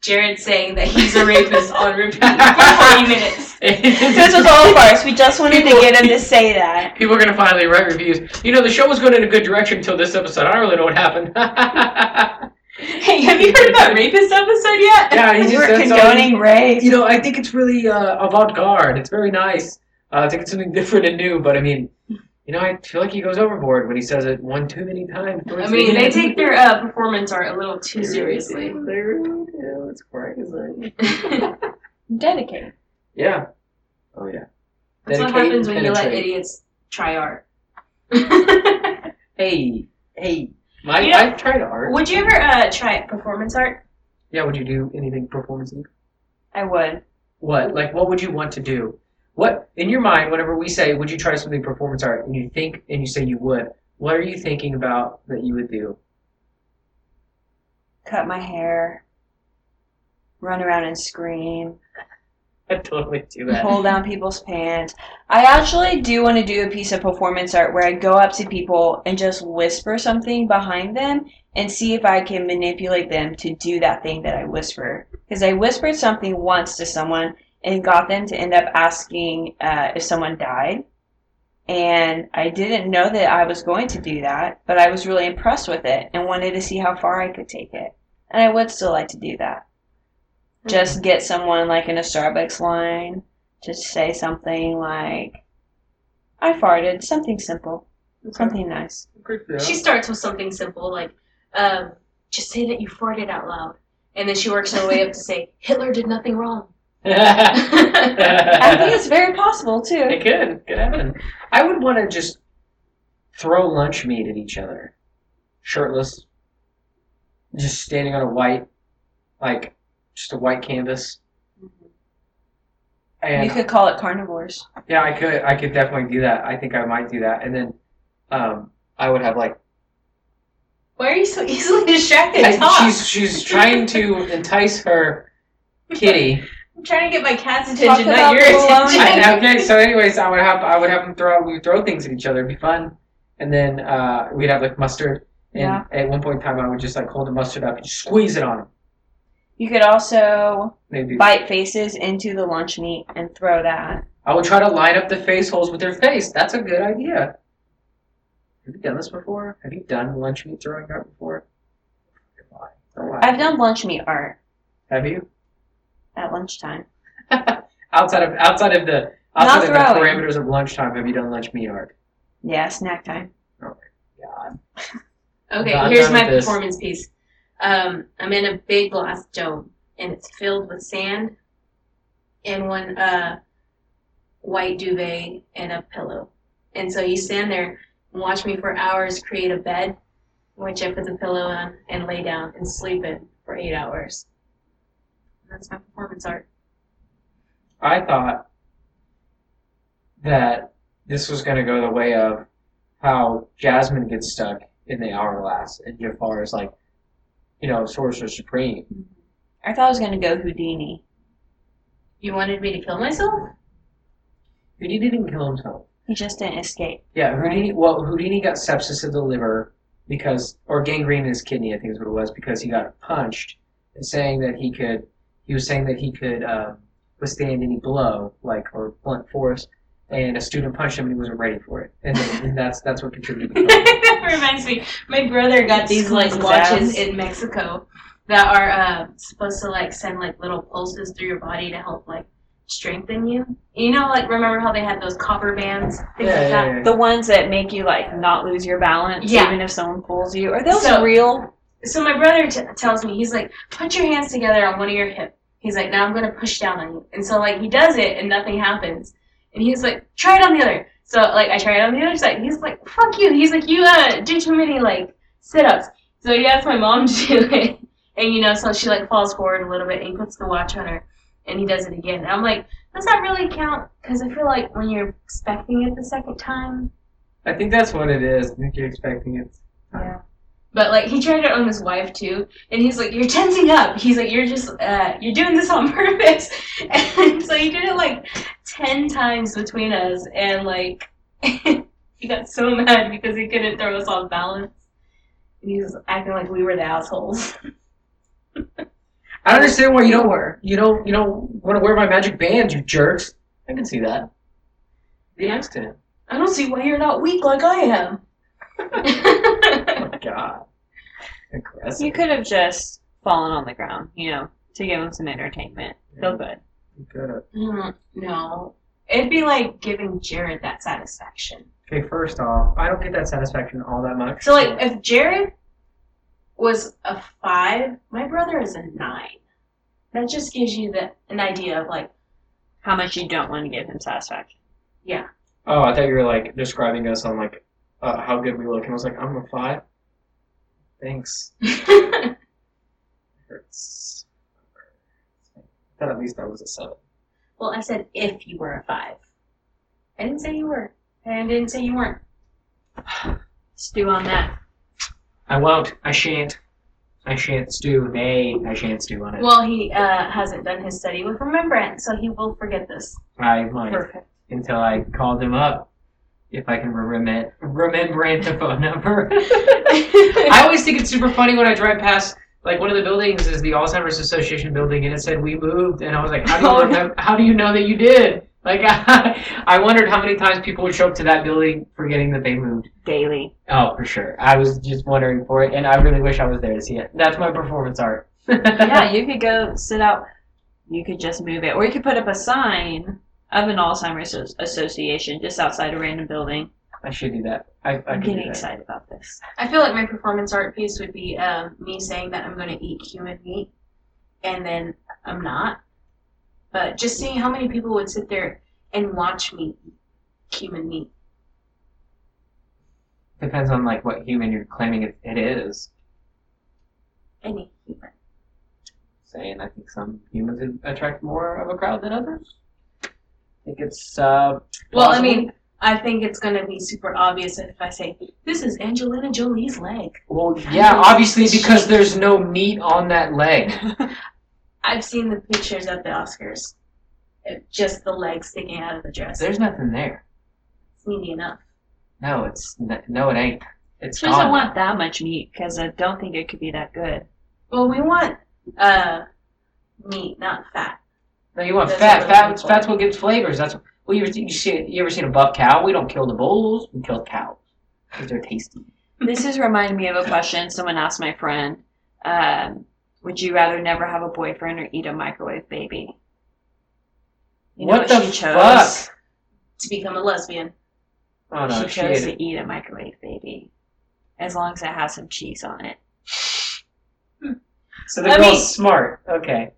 Speaker 2: Jared saying that he's a rapist on repeat for 40 minutes.
Speaker 4: This was all a farce. We just wanted to
Speaker 3: People-
Speaker 4: get him to say that.
Speaker 3: People are gonna finally write reviews. You know, the show was going in a good direction until this episode. I don't really know what happened.
Speaker 2: Hey, have you heard of that rapist episode yet?
Speaker 3: yeah, he
Speaker 4: We
Speaker 3: just
Speaker 4: were
Speaker 3: said something-
Speaker 4: condoning rape.
Speaker 3: You know, I think it's really uh, avant-garde. It's very nice. Uh, I think it's something different and new. But I mean, you know, I feel like he goes overboard when he says it one too many times.
Speaker 2: I mean, they take their uh, performance art a little too seriously.
Speaker 3: It's crazy.
Speaker 4: Dedicated.
Speaker 3: Yeah. Oh yeah.
Speaker 2: That's what
Speaker 3: Dedicate,
Speaker 2: happens when you let
Speaker 3: penetrate.
Speaker 2: idiots try art. Would
Speaker 3: Hey, hey. My,
Speaker 2: You know-
Speaker 3: I've tried art.
Speaker 2: you ever uh, try performance art?
Speaker 3: yeah, would you do anything performance?
Speaker 4: I would.
Speaker 3: What? Like, what would you want to do? What in your mind, whenever we say, "Would you try something performance art?" and you think and you say you would, what are you thinking about that you would do?
Speaker 4: Cut my hair. Run around and scream.
Speaker 3: I totally do that.
Speaker 4: pull down people's pants. I actually do want to do a piece of performance art where I go up to people and just whisper something behind them and see if I can manipulate them to do that thing that I whisper. Because I whispered something once to someone and got them to end up asking uh, if someone died. And I didn't know that I was going to do that, but I was really impressed with it and wanted to see how far I could take it. And I would still like to do that. Just get someone like in a Starbucks line to say something like, I farted, something simple, something nice.
Speaker 2: She starts with something simple like, um, just say that you farted out loud. And then she works her way up to say, Hitler did nothing wrong.
Speaker 4: I think it's very possible too.
Speaker 3: It could. It could happen. I would want to just throw lunch meat at each other, shirtless, just standing on a white, like, just a white canvas. And
Speaker 4: You could call it carnivores.
Speaker 3: yeah, I could. I could definitely do that. I think I might do that. And then, um, I would have like
Speaker 2: Why are you so easily distracted?
Speaker 3: I-
Speaker 2: Talk.
Speaker 3: she's she's trying to entice her kitty.
Speaker 2: I'm trying to get my cat's
Speaker 4: Talk
Speaker 2: attention, not
Speaker 4: about
Speaker 2: your
Speaker 4: baloney.
Speaker 2: attention.
Speaker 3: I- okay, so anyways, I would have I would have them throw we would throw things at each other. It'd be fun, and then uh, we'd have like mustard. And
Speaker 4: Yeah.
Speaker 3: at one point in time, I would just like hold the mustard up and just squeeze it on them.
Speaker 4: You could also
Speaker 3: Maybe
Speaker 4: bite faces into the lunch meat and throw that.
Speaker 3: I would try to line up the face holes with their face. That's a good idea. Have you done this before? Have you done lunch meat throwing out before? Come on, don't lie.
Speaker 4: I've done lunch meat art
Speaker 3: Have you?
Speaker 4: at lunchtime.
Speaker 3: outside of outside of the outside of the
Speaker 4: throwing.
Speaker 3: parameters of lunchtime, have you done lunch meat art?
Speaker 4: Yeah, snack time.
Speaker 3: God.
Speaker 2: Okay,
Speaker 3: I'm
Speaker 2: here's
Speaker 3: done
Speaker 2: my
Speaker 3: with this.
Speaker 2: performance piece. Um, I'm in a big glass dome, and it's filled with sand and one uh, white duvet and a pillow. And so you stand there and watch me for hours create a bed, which I put the pillow on and lay down and sleep in for eight hours. That's my performance art.
Speaker 3: I thought that this was going to go the way of how Jasmine gets stuck in the hourglass, and Jafar is like, you know, Sorcerer Supreme.
Speaker 4: I thought I was gonna go Houdini.
Speaker 2: You wanted me to kill myself?
Speaker 3: Houdini didn't kill himself.
Speaker 4: He just didn't escape.
Speaker 3: Yeah, Houdini. Well, Houdini got sepsis of the liver because, or gangrene in his kidney, I think is what it was, because he got punched, and saying that he could, he was saying that he could um, withstand any blow, like or blunt force, and a student punched him and he wasn't ready for it, and, then, and that's that's what contributed. to the problem.
Speaker 2: that reminds me, my brother got these like
Speaker 4: Squeeze
Speaker 2: watches
Speaker 4: ass.
Speaker 2: in Mexico that are uh, supposed to like send like little pulses through your body to help like strengthen you. You know, like remember how they had those copper bands, things like that.
Speaker 4: The ones that make you like not lose your balance
Speaker 2: Yeah.
Speaker 4: even if someone pulls you. Are those
Speaker 2: So-
Speaker 4: real?
Speaker 2: So my brother t- tells me he's like, put your hands together on one of your hip. He's like, now I'm gonna push down on you. And so like he does it and nothing happens. And he's like, try it on the other. So like I tried it on the other side. He's like, fuck you. He's like, you uh do too many like sit ups. So he asked my mom to do it. And you know, so she like falls forward a little bit and he puts the watch on her. and he does it again. And I'm like, does that really count? Because I feel like when you're expecting it the second time,
Speaker 3: I think that's what it is. I think you're expecting it.
Speaker 2: Yeah. But like he tried it on his wife too, and he's like, "You're tensing up." He's like, "You're just uh, you're doing this on purpose." And so he did it like ten times between us, and like he got so mad because he couldn't throw us off balance. And he was acting like we were the assholes.
Speaker 3: I don't understand why you don't
Speaker 4: were.
Speaker 3: you don't you don't want to wear my magic bands, you jerks. I can see that. The
Speaker 2: Yeah.
Speaker 3: accident.
Speaker 2: I don't see why you're not weak like I am.
Speaker 3: Oh my god. Aggressive.
Speaker 4: You could have just fallen on the ground, you know, to give him some entertainment. Feel
Speaker 2: Mm-hmm.
Speaker 4: good.
Speaker 3: You could have.
Speaker 2: Mm, no, it'd be like giving Jared that satisfaction.
Speaker 3: Okay, first off, I don't get that satisfaction all that much.
Speaker 2: So like if Jared was a five, my brother is a nine. That just gives you the an idea of like
Speaker 4: How much you don't want to give him satisfaction.
Speaker 3: Oh, I thought you were like describing us on like uh, how good we look, and I was like, I'm a five. Thanks. Hurts. I thought at least I was a seven.
Speaker 2: Well, I said if you were a five. I didn't say you were. And I didn't say you weren't.
Speaker 4: Stew on that.
Speaker 3: I won't. I shan't. I shan't stew. Nay, I shan't stew on it.
Speaker 2: Well, he uh, hasn't done his study with remembrance, so he will forget this.
Speaker 3: I might
Speaker 4: Perfect.
Speaker 3: until I called him up. If I can remember remember the phone number. I always think it's super funny when I drive past like one of the buildings is the Alzheimer's Association building, and it said we moved, and I was like, how do you
Speaker 4: Oh, no.
Speaker 3: remember, how do you know that you did? Like I, wondered how many times people would show up to that building forgetting that they moved.
Speaker 4: Daily.
Speaker 3: Oh, for sure. I was just wondering for it, and I really wish I was there to see it. That's my performance art.
Speaker 4: yeah, you could go sit out. You could just move it, or you could put up a sign of an Alzheimer's Asso- association just outside a random building.
Speaker 3: I should do that. I, I could
Speaker 4: I'm
Speaker 3: do
Speaker 4: getting
Speaker 3: that.
Speaker 4: excited about this.
Speaker 2: I feel like my performance art piece would be um, me saying that I'm going to eat human meat, and then I'm not. But just seeing how many people would sit there and watch me eat human meat.
Speaker 3: Depends on like what human you're claiming it, it is.
Speaker 2: Any human.
Speaker 3: saying I think some humans attract more of a crowd than others. I think it's uh,
Speaker 2: Well, I
Speaker 3: plausible.
Speaker 2: mean, I think it's going to be super obvious if I say, this is Angelina Jolie's leg.
Speaker 3: well, yeah, obviously because there's no meat on that leg.
Speaker 2: I've seen the pictures at the Oscars. Of just the leg sticking out of the dress.
Speaker 3: There's nothing there.
Speaker 2: it's needy enough.
Speaker 3: No, it's n- no, it ain't. It's
Speaker 4: She
Speaker 3: gone.
Speaker 2: Um,
Speaker 4: doesn't want that much meat because I don't think it could be that good.
Speaker 2: Well, we want uh, meat, not fat.
Speaker 3: no, you want
Speaker 2: That's
Speaker 3: fat.
Speaker 2: what we're
Speaker 3: Fat.
Speaker 2: looking for.
Speaker 3: Fat's what gives flavors. That's what, well, you, you see. You ever seen a buff cow? We don't kill the bulls. We kill cows because they're tasty.
Speaker 4: This is reminding me of a question someone asked my friend. Um, would you rather never have a boyfriend or eat a microwave baby? You know
Speaker 3: what the
Speaker 4: she chose?
Speaker 3: fuck?
Speaker 2: To become a lesbian.
Speaker 3: Oh no,
Speaker 4: she
Speaker 3: she
Speaker 4: chose
Speaker 3: ate it.
Speaker 4: to eat a microwave baby, as long as it has some cheese on it.
Speaker 3: So the
Speaker 2: I
Speaker 3: girl's
Speaker 2: mean-
Speaker 3: smart. Okay.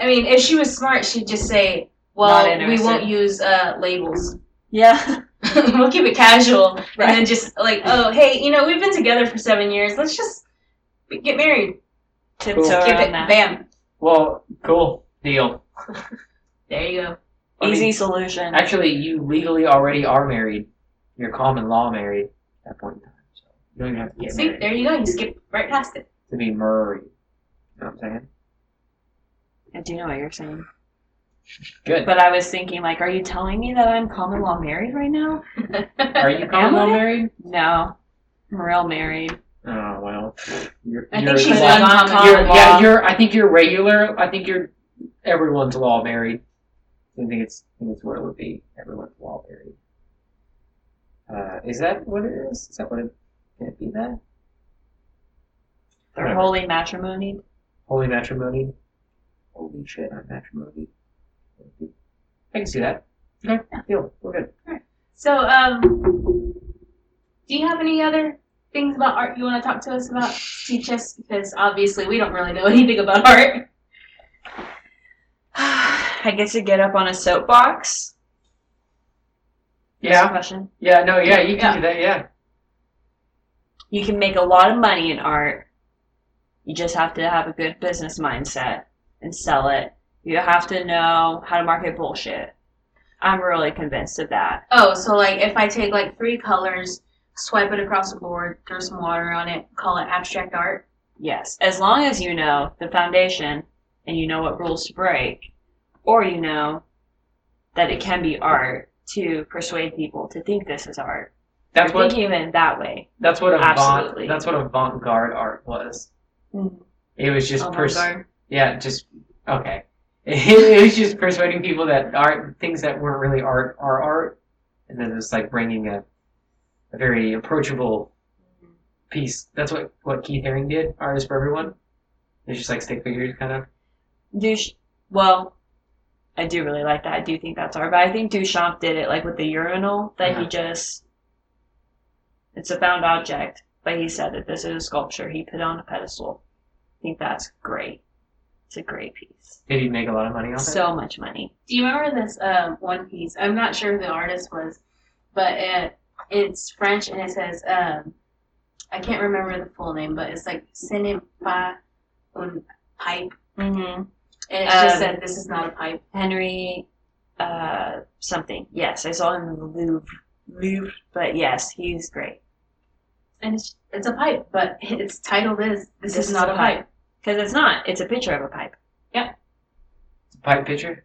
Speaker 2: I mean, if she was smart, she'd just say,
Speaker 4: Not
Speaker 2: well, we
Speaker 4: interested.
Speaker 2: won't use uh, labels.
Speaker 4: Yeah,
Speaker 2: we'll keep it casual. And then
Speaker 4: right.
Speaker 2: just like, oh, hey, you know, we've been together for seven years. Let's just get married.
Speaker 4: Tiptoe
Speaker 3: Cool.
Speaker 4: around
Speaker 2: Give it,
Speaker 4: that.
Speaker 2: bam.
Speaker 3: Well, cool deal.
Speaker 2: There you go.
Speaker 3: I mean-
Speaker 4: Easy solution.
Speaker 3: Actually, you legally already are married. You're common law married at that point in time. So you don't even have to get
Speaker 2: See,
Speaker 3: married
Speaker 2: there you go. You skip right past it.
Speaker 3: to be married. You know what I'm saying?
Speaker 4: I do know what you're saying,
Speaker 3: Good.
Speaker 4: but I was thinking, like, are you telling me that I'm common law married right now?
Speaker 3: Are you common law
Speaker 4: I?
Speaker 3: married?
Speaker 4: No, I'm real married.
Speaker 3: Oh well. You're,
Speaker 2: I
Speaker 3: you're
Speaker 2: think she's
Speaker 4: Because
Speaker 3: law-
Speaker 4: I'm
Speaker 2: uncommon.
Speaker 4: common
Speaker 3: you're, Yeah,
Speaker 4: law.
Speaker 3: you're. I think you're regular. I think you're everyone's law married. I think it's. I think it's what it would be. Everyone's law married. Uh, is that what it is? Is that what it? Can it be that?
Speaker 4: They're
Speaker 3: Whatever.
Speaker 4: holy matrimony.
Speaker 3: Holy matrimony. Holy shit, I'm matrimony. I can see that. Okay, deal. We're good.
Speaker 2: So, um, do you have any other things about art you want to talk to us about? Teach us, because obviously we don't really know anything about art.
Speaker 4: I get to get up on a soapbox. Next
Speaker 3: Yeah,
Speaker 4: Question.
Speaker 3: yeah, no, yeah, you
Speaker 2: Yeah.
Speaker 3: can do that, yeah.
Speaker 4: You can make a lot of money in art. You just have to have a good business mindset and sell it You have to know how to market bullshit. I'm really convinced of that.
Speaker 2: Oh, so like if I take like three colors, swipe it across the board, throw some water on it, call it abstract art.
Speaker 4: Yes. As long as you know the foundation and you know what rules to break, or you know that it can be art to persuade people to think this is art.
Speaker 3: That's
Speaker 4: You're
Speaker 3: what
Speaker 4: thinking of it that way.
Speaker 3: that's what avant
Speaker 4: Absolutely.
Speaker 3: that's what avant garde art was.
Speaker 2: Mm.
Speaker 3: It was
Speaker 4: Oh
Speaker 3: just pers-
Speaker 4: Avant-garde.
Speaker 3: yeah, just okay. It was just persuading people that art things that weren't really art are art, and then it was like bringing a, a very approachable piece. That's what what Keith Haring did. Art is for everyone. It's just like stick figures, kind of.
Speaker 4: Dush- well, I do really like that. I do think that's art, but I think Duchamp did it like with the urinal that he
Speaker 3: Uh-huh.
Speaker 4: just. It's a found object, but he said that this is a sculpture. He put it on a pedestal. I think that's great. It's a great piece.
Speaker 3: Did he make a lot of money off it?
Speaker 4: So much money.
Speaker 2: Do you remember this um, one piece? I'm not sure who the artist was, but it, it's French and it says um, I can't remember the full name, but it's like "Ce pas un pipe,"
Speaker 4: Mm-hmm.
Speaker 2: and it's just
Speaker 4: Um,
Speaker 2: said this is not a pipe.
Speaker 4: Henry, uh, something. Yes, I saw him in the Louvre. Louvre, but yes, he's great.
Speaker 2: And it's it's a pipe, but its title is "This, is, not a pipe."
Speaker 4: Because it's not. It's a picture of a pipe.
Speaker 3: Pipe pitcher.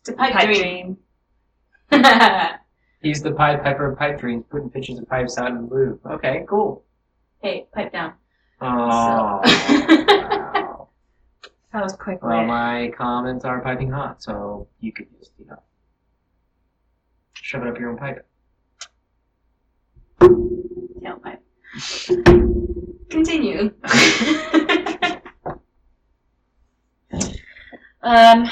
Speaker 2: It's a pipe,
Speaker 4: pipe
Speaker 2: dream.
Speaker 4: dream.
Speaker 3: He's the Pied Piper of pipe dreams, putting pictures of pipes out in the Louvre. Okay, cool.
Speaker 2: hey, pipe down.
Speaker 3: Oh. wow.
Speaker 4: That was quick.
Speaker 3: Well, my comments are piping hot, so you could just, you know, shove it up your own pipe.
Speaker 2: Tailpipe. Continue.
Speaker 4: Um,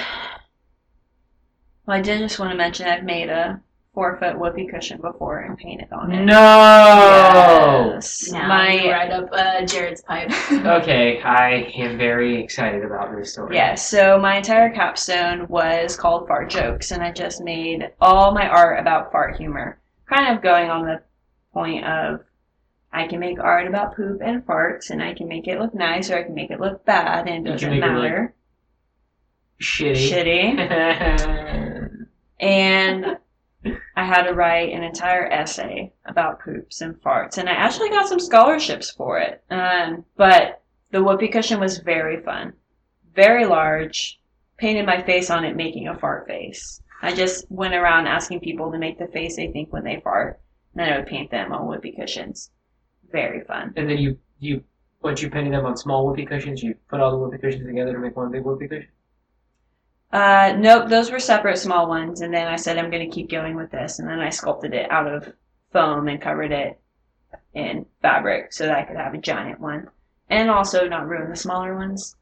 Speaker 4: well, I did just want to mention I've made a four foot whoopee cushion before and painted on it.
Speaker 3: No!
Speaker 4: Yes.
Speaker 2: now you
Speaker 4: My
Speaker 2: ride up uh, Jared's pipe.
Speaker 3: Okay, I am very excited about this story.
Speaker 4: yes. So my entire capstone was called fart jokes, and I just made all my art about fart humor, kind of going on the point of I can make art about poop and farts, and I can make it look nice or I can make it look bad, and it
Speaker 3: You can
Speaker 4: doesn't
Speaker 3: make it look
Speaker 4: matter.
Speaker 3: Shitty.
Speaker 4: Shitty. and I had to write an entire essay about poops and farts, and I actually got some scholarships for it. Um, but the whoopee cushion was very fun, very large. Painted my face on it, making a fart face. I just went around asking people to make the face they think when they fart, and then I would paint them on whoopee cushions. Very fun.
Speaker 3: and then you, you, once you painted them on small whoopee cushions, you put all the whoopee cushions together to make one big whoopee cushion?
Speaker 4: Uh, nope, those were separate small ones, and then I said I'm gonna keep going with this, and then I sculpted it out of foam and covered it in fabric so that I could have a giant one, and also not ruin the smaller ones.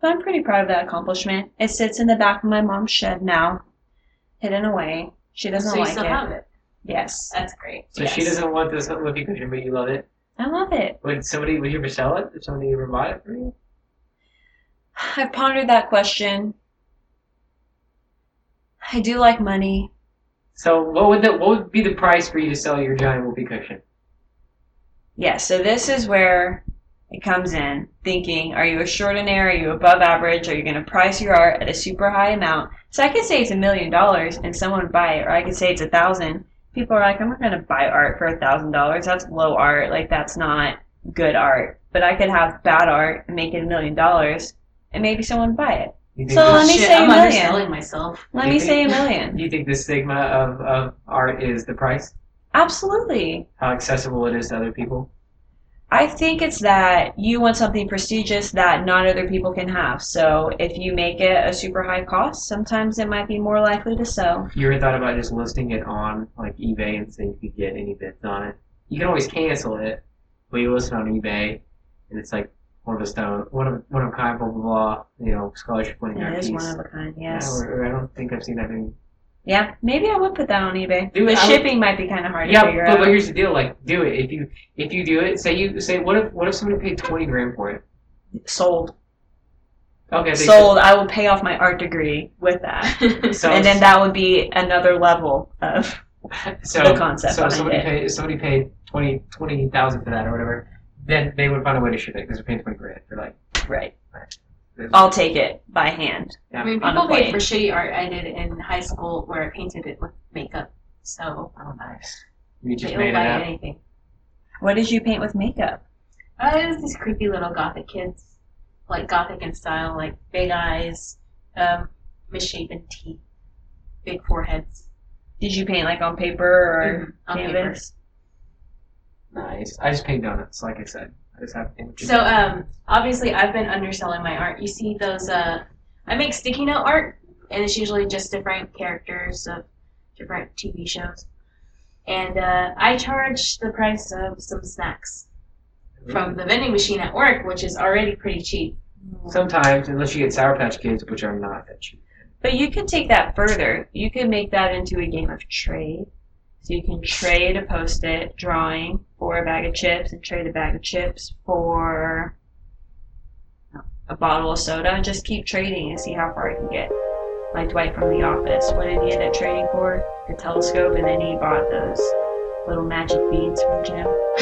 Speaker 4: But I'm pretty proud of that accomplishment. It sits in the back of my mom's shed now, hidden away. She doesn't
Speaker 2: so you
Speaker 4: like
Speaker 2: still
Speaker 4: it.
Speaker 2: have it.
Speaker 4: Yes,
Speaker 2: That's great.
Speaker 3: So she
Speaker 4: Yes.
Speaker 3: doesn't want this whoopee cushion, but you love it?
Speaker 4: I love it.
Speaker 3: Would somebody, would you ever sell it? Would somebody ever buy it for you?
Speaker 4: I've pondered that question. I do like money.
Speaker 3: So what would that? What would be the price for you to sell your giant whoopee cushion?
Speaker 4: Yeah, so this is where it comes in thinking, are you extraordinary? Are you above average? Are you going to price your art at a super high amount? So I could say it's a million dollars and someone would buy it, or I could say it's a thousand. People are like, I'm not going to buy art for a thousand dollars. That's low art. Like, that's not good art. But I could have bad art and make it a million dollars, and maybe someone would buy it.
Speaker 3: You
Speaker 4: So
Speaker 3: this,
Speaker 4: let me
Speaker 2: Shit,
Speaker 4: say a
Speaker 2: I'm
Speaker 4: million.
Speaker 2: underselling myself.
Speaker 4: Let me say a million.
Speaker 3: you think the stigma of, of art is the price?
Speaker 4: Absolutely.
Speaker 3: How accessible it is to other people?
Speaker 4: I think it's that you want something prestigious that not other people can have. So if you make it a super high cost, sometimes it might be more likely to sell.
Speaker 3: You ever thought about just listing it on like eBay and see if you could get any bids on it? You can always cancel it, but you list it on eBay, and it's like one of a stone, one of one of a kind, blah blah blah. You know, scholarship winning
Speaker 4: It
Speaker 3: art
Speaker 4: is
Speaker 3: piece.
Speaker 4: one of a kind, yes.
Speaker 3: Yeah, or, or I don't think I've seen that many
Speaker 4: Yeah, maybe I would put that on eBay.
Speaker 3: Dude, I
Speaker 4: the
Speaker 3: would-
Speaker 4: shipping might be kind of hard to
Speaker 3: Yeah,
Speaker 4: figure
Speaker 3: but, but
Speaker 4: out.
Speaker 3: here's the deal: like, do it if you if you do it. Say you say what if what if somebody paid twenty grand for it?
Speaker 4: Sold.
Speaker 3: Okay, they-
Speaker 4: Sold. I will pay off my art degree with that.
Speaker 3: So,
Speaker 4: and then that would be another level of.
Speaker 3: so,
Speaker 4: the concept
Speaker 3: So if
Speaker 4: behind
Speaker 3: somebody
Speaker 4: it.
Speaker 3: paid if somebody paid twenty twenty thousand for that or whatever. Then they would find a way to ship it because they're paying twenty grand for like.
Speaker 4: Right.
Speaker 3: the-
Speaker 4: I'll take it. by hand.
Speaker 2: I mean,
Speaker 4: On a
Speaker 2: people paid
Speaker 4: plane.
Speaker 2: for shitty art I did in high school where I painted it with makeup. So I don't know.
Speaker 3: You
Speaker 2: They
Speaker 3: just
Speaker 2: don't
Speaker 3: made it
Speaker 2: buy
Speaker 3: up.
Speaker 2: anything.
Speaker 4: What did you paint with makeup?
Speaker 2: Uh, it was these creepy little gothic kids, like gothic in style, like big eyes, um, misshapen teeth, big foreheads.
Speaker 4: Did you paint like on paper or
Speaker 2: Mhm, on paper.
Speaker 4: canvas?
Speaker 3: Nice. I just paid donuts, like I said. I just have images.
Speaker 2: So um, obviously, I've been underselling my art. You see those? Uh, I make sticky note art, and it's usually just different characters of different TV shows. And uh, I charge the price of some snacks from the vending machine at work, which is already pretty cheap.
Speaker 3: Sometimes, unless you get Sour Patch Kids, which are not that cheap.
Speaker 4: But you could take that further. You could make that into a game of trade. So you can trade a post-it drawing for a bag of chips and trade a bag of chips for a bottle of soda and just keep trading and see how far you can get. Like Dwight from The Office. What did he end up trading for? The telescope and then he bought those little magic beads from Jim.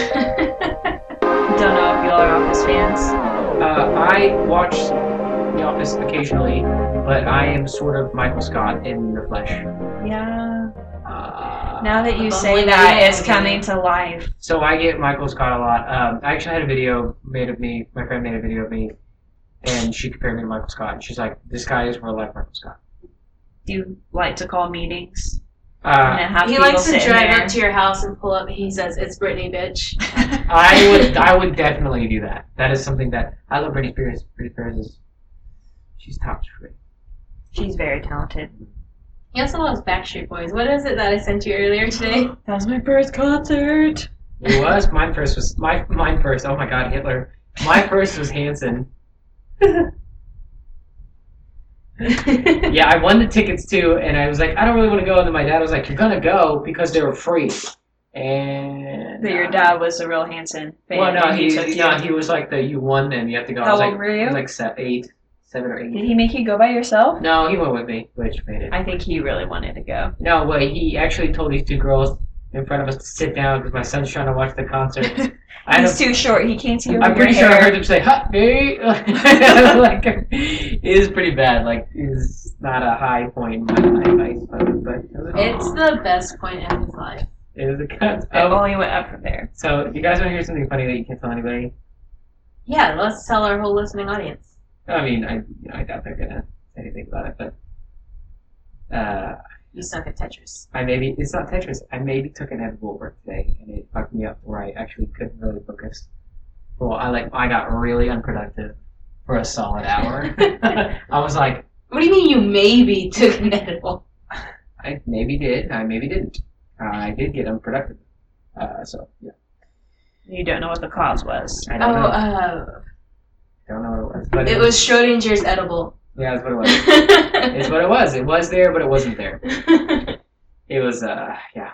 Speaker 4: Don't know if y'all are Office fans.
Speaker 3: Uh, I watch The Office occasionally, but I am sort of Michael Scott in the flesh.
Speaker 4: Yeah.
Speaker 3: Uh,
Speaker 4: Now that you
Speaker 2: But
Speaker 4: say
Speaker 2: when
Speaker 4: that,
Speaker 2: you-
Speaker 4: it's coming to life.
Speaker 3: So I get Michael Scott a lot. Um, I actually had a video made of me. My friend made a video of me, and she compared me to Michael Scott. And she's like, "This guy is real life Michael Scott."
Speaker 4: Do you like to call meetings and
Speaker 3: Uh,
Speaker 4: then have
Speaker 2: he
Speaker 4: people
Speaker 2: likes to
Speaker 4: sit in
Speaker 2: drive
Speaker 4: there?
Speaker 2: up to your house and pull up. He says, "It's Britney, bitch."
Speaker 3: I would, I would definitely do that. That is something that I love. Britney Spears. Britney Spears is, she's top three.
Speaker 4: She's very talented.
Speaker 2: He also loves Backstreet Boys. What is it that I sent you earlier today?
Speaker 4: That was my first concert.
Speaker 3: It was mine first was my mine first. Oh my God, Hitler. My first was Hanson. Yeah, I won the tickets too, and I was like, I don't really want to go. And then my dad was like, You're gonna go because they were free. And
Speaker 4: But your dad was a real Hanson fan.
Speaker 3: Well, no,
Speaker 4: and
Speaker 3: he
Speaker 4: took you.
Speaker 3: no, he was like the you won them, you have to go. I
Speaker 4: How
Speaker 3: was like,
Speaker 4: old were you?
Speaker 3: I was like se- eight, seven or
Speaker 4: Did
Speaker 3: eight.
Speaker 4: he make you go by yourself?
Speaker 3: No, he went with me, which made it.
Speaker 4: I think he really wanted to go.
Speaker 3: No way. He actually told these two girls in front of us to sit down because my son's trying to watch the concert. I had a
Speaker 4: He's too short. He can't see over
Speaker 3: I'm pretty
Speaker 4: your
Speaker 3: sure I
Speaker 4: hair.
Speaker 3: heard him say "hot baby." like, it is pretty bad. Like, it's not a high point in my life, I suppose. But it was,
Speaker 2: It's the best point in his life.
Speaker 3: it was a cut.
Speaker 4: It
Speaker 3: Oh,
Speaker 4: only went up from there.
Speaker 3: so if you guys want to hear something funny that you can't tell anybody,
Speaker 2: Yeah, let's tell our whole listening audience.
Speaker 3: I mean, I you know, I doubt they're gonna say anything about it, but uh,
Speaker 2: You suck at Tetris.
Speaker 3: I maybe it's not Tetris. I maybe took an edible at work today, and it fucked me up to where I actually couldn't really focus. Well, I like I got really unproductive for a solid hour. I was like.
Speaker 2: What do you mean you maybe took E an edible?
Speaker 3: I maybe did. I maybe didn't. I did get unproductive. Uh, so yeah,
Speaker 4: You don't know what the cause was.
Speaker 3: I
Speaker 2: Oh,
Speaker 3: don't know.
Speaker 2: uh,
Speaker 3: don't know what it was, but
Speaker 2: it was Schrodinger's edible.
Speaker 3: yeah, that's what it was. it's
Speaker 2: it's
Speaker 3: what it was. It was there, but it wasn't there. It was uh yeah.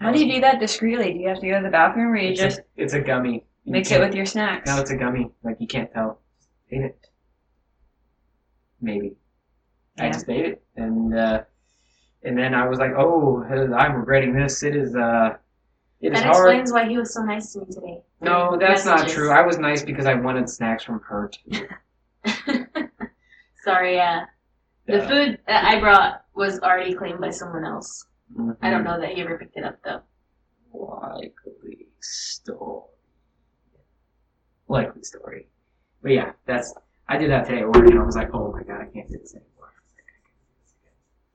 Speaker 4: How do you do that discreetly? Do you have to go to the bathroom or you
Speaker 3: It's
Speaker 4: just
Speaker 3: a, it's a gummy. You
Speaker 4: mix it
Speaker 3: can't-
Speaker 4: with your snacks?
Speaker 3: No, it's a gummy. Like you can't tell. Ate it. Maybe. I
Speaker 4: Yeah.
Speaker 3: just ate it, and uh, and then I was like, oh, I'm regretting this. It is uh, it is
Speaker 2: that
Speaker 3: hard.
Speaker 2: explains why he was so nice to me today.
Speaker 3: No, that's not
Speaker 2: Messages.
Speaker 3: true. I was nice because I wanted snacks from her. Too.
Speaker 2: Sorry, yeah. The
Speaker 3: Uh,
Speaker 2: food that I brought was already claimed by someone else. I
Speaker 3: mhm.
Speaker 2: don't know that he ever picked it up though.
Speaker 3: likely story. Likely story. But yeah, that's I did that today at work and I was like, oh my god, I can't do this anymore.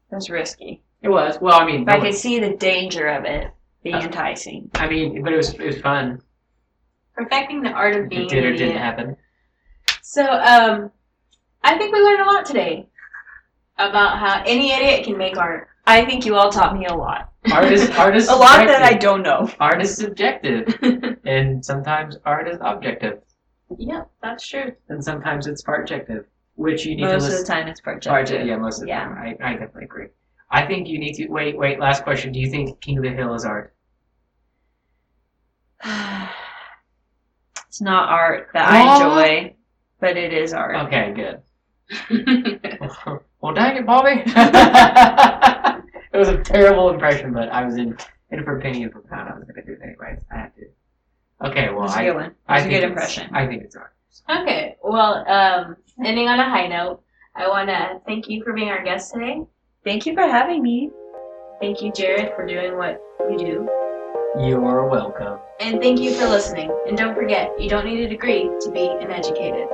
Speaker 4: That's risky.
Speaker 3: It was. Well, I mean,
Speaker 4: But I
Speaker 3: no
Speaker 4: could see the danger of it being
Speaker 3: Uh,
Speaker 4: enticing.
Speaker 3: one- I mean, but it was it was fun.
Speaker 2: Perfecting the art of
Speaker 3: It
Speaker 2: being
Speaker 3: did
Speaker 2: an
Speaker 3: or
Speaker 2: idiot.
Speaker 3: didn't happen.
Speaker 2: So, um, I think we learned a lot today about how any idiot can make art.
Speaker 4: I think you all taught me a lot.
Speaker 3: Art is art is
Speaker 4: A lot that I
Speaker 3: subjective.
Speaker 4: don't know.
Speaker 3: art is subjective, and sometimes art is objective,
Speaker 2: Yep, that's true.
Speaker 3: and sometimes it's subjective, which you need to
Speaker 4: Most of
Speaker 3: listen.
Speaker 4: the time it's projective.
Speaker 3: Or ju- yeah, most of
Speaker 4: Yeah.
Speaker 3: them. I, I definitely agree. I think you need to wait. Wait, last question. Do you think King of the Hill is art?
Speaker 4: it's not art that I
Speaker 3: Oh.
Speaker 4: enjoy, but it is art.
Speaker 3: Okay, good.
Speaker 2: I
Speaker 3: well, dang it, Bobby. it was a terrible impression, but I was in in for a penny and for a pound. I was gonna do it anyways. I had to. Okay, well,
Speaker 4: That's a
Speaker 3: I,
Speaker 4: good one.
Speaker 3: I
Speaker 4: That's a
Speaker 3: think it's-
Speaker 4: good impression.
Speaker 3: I think it's art.
Speaker 2: Okay. Well, um, ending on a high note, I want to thank you for being our guest today.
Speaker 4: Thank you for having me.
Speaker 2: Thank you, Jared, for doing what you do.
Speaker 3: You're welcome.
Speaker 2: And thank you for listening. And don't forget, you don't need a degree to be an educated.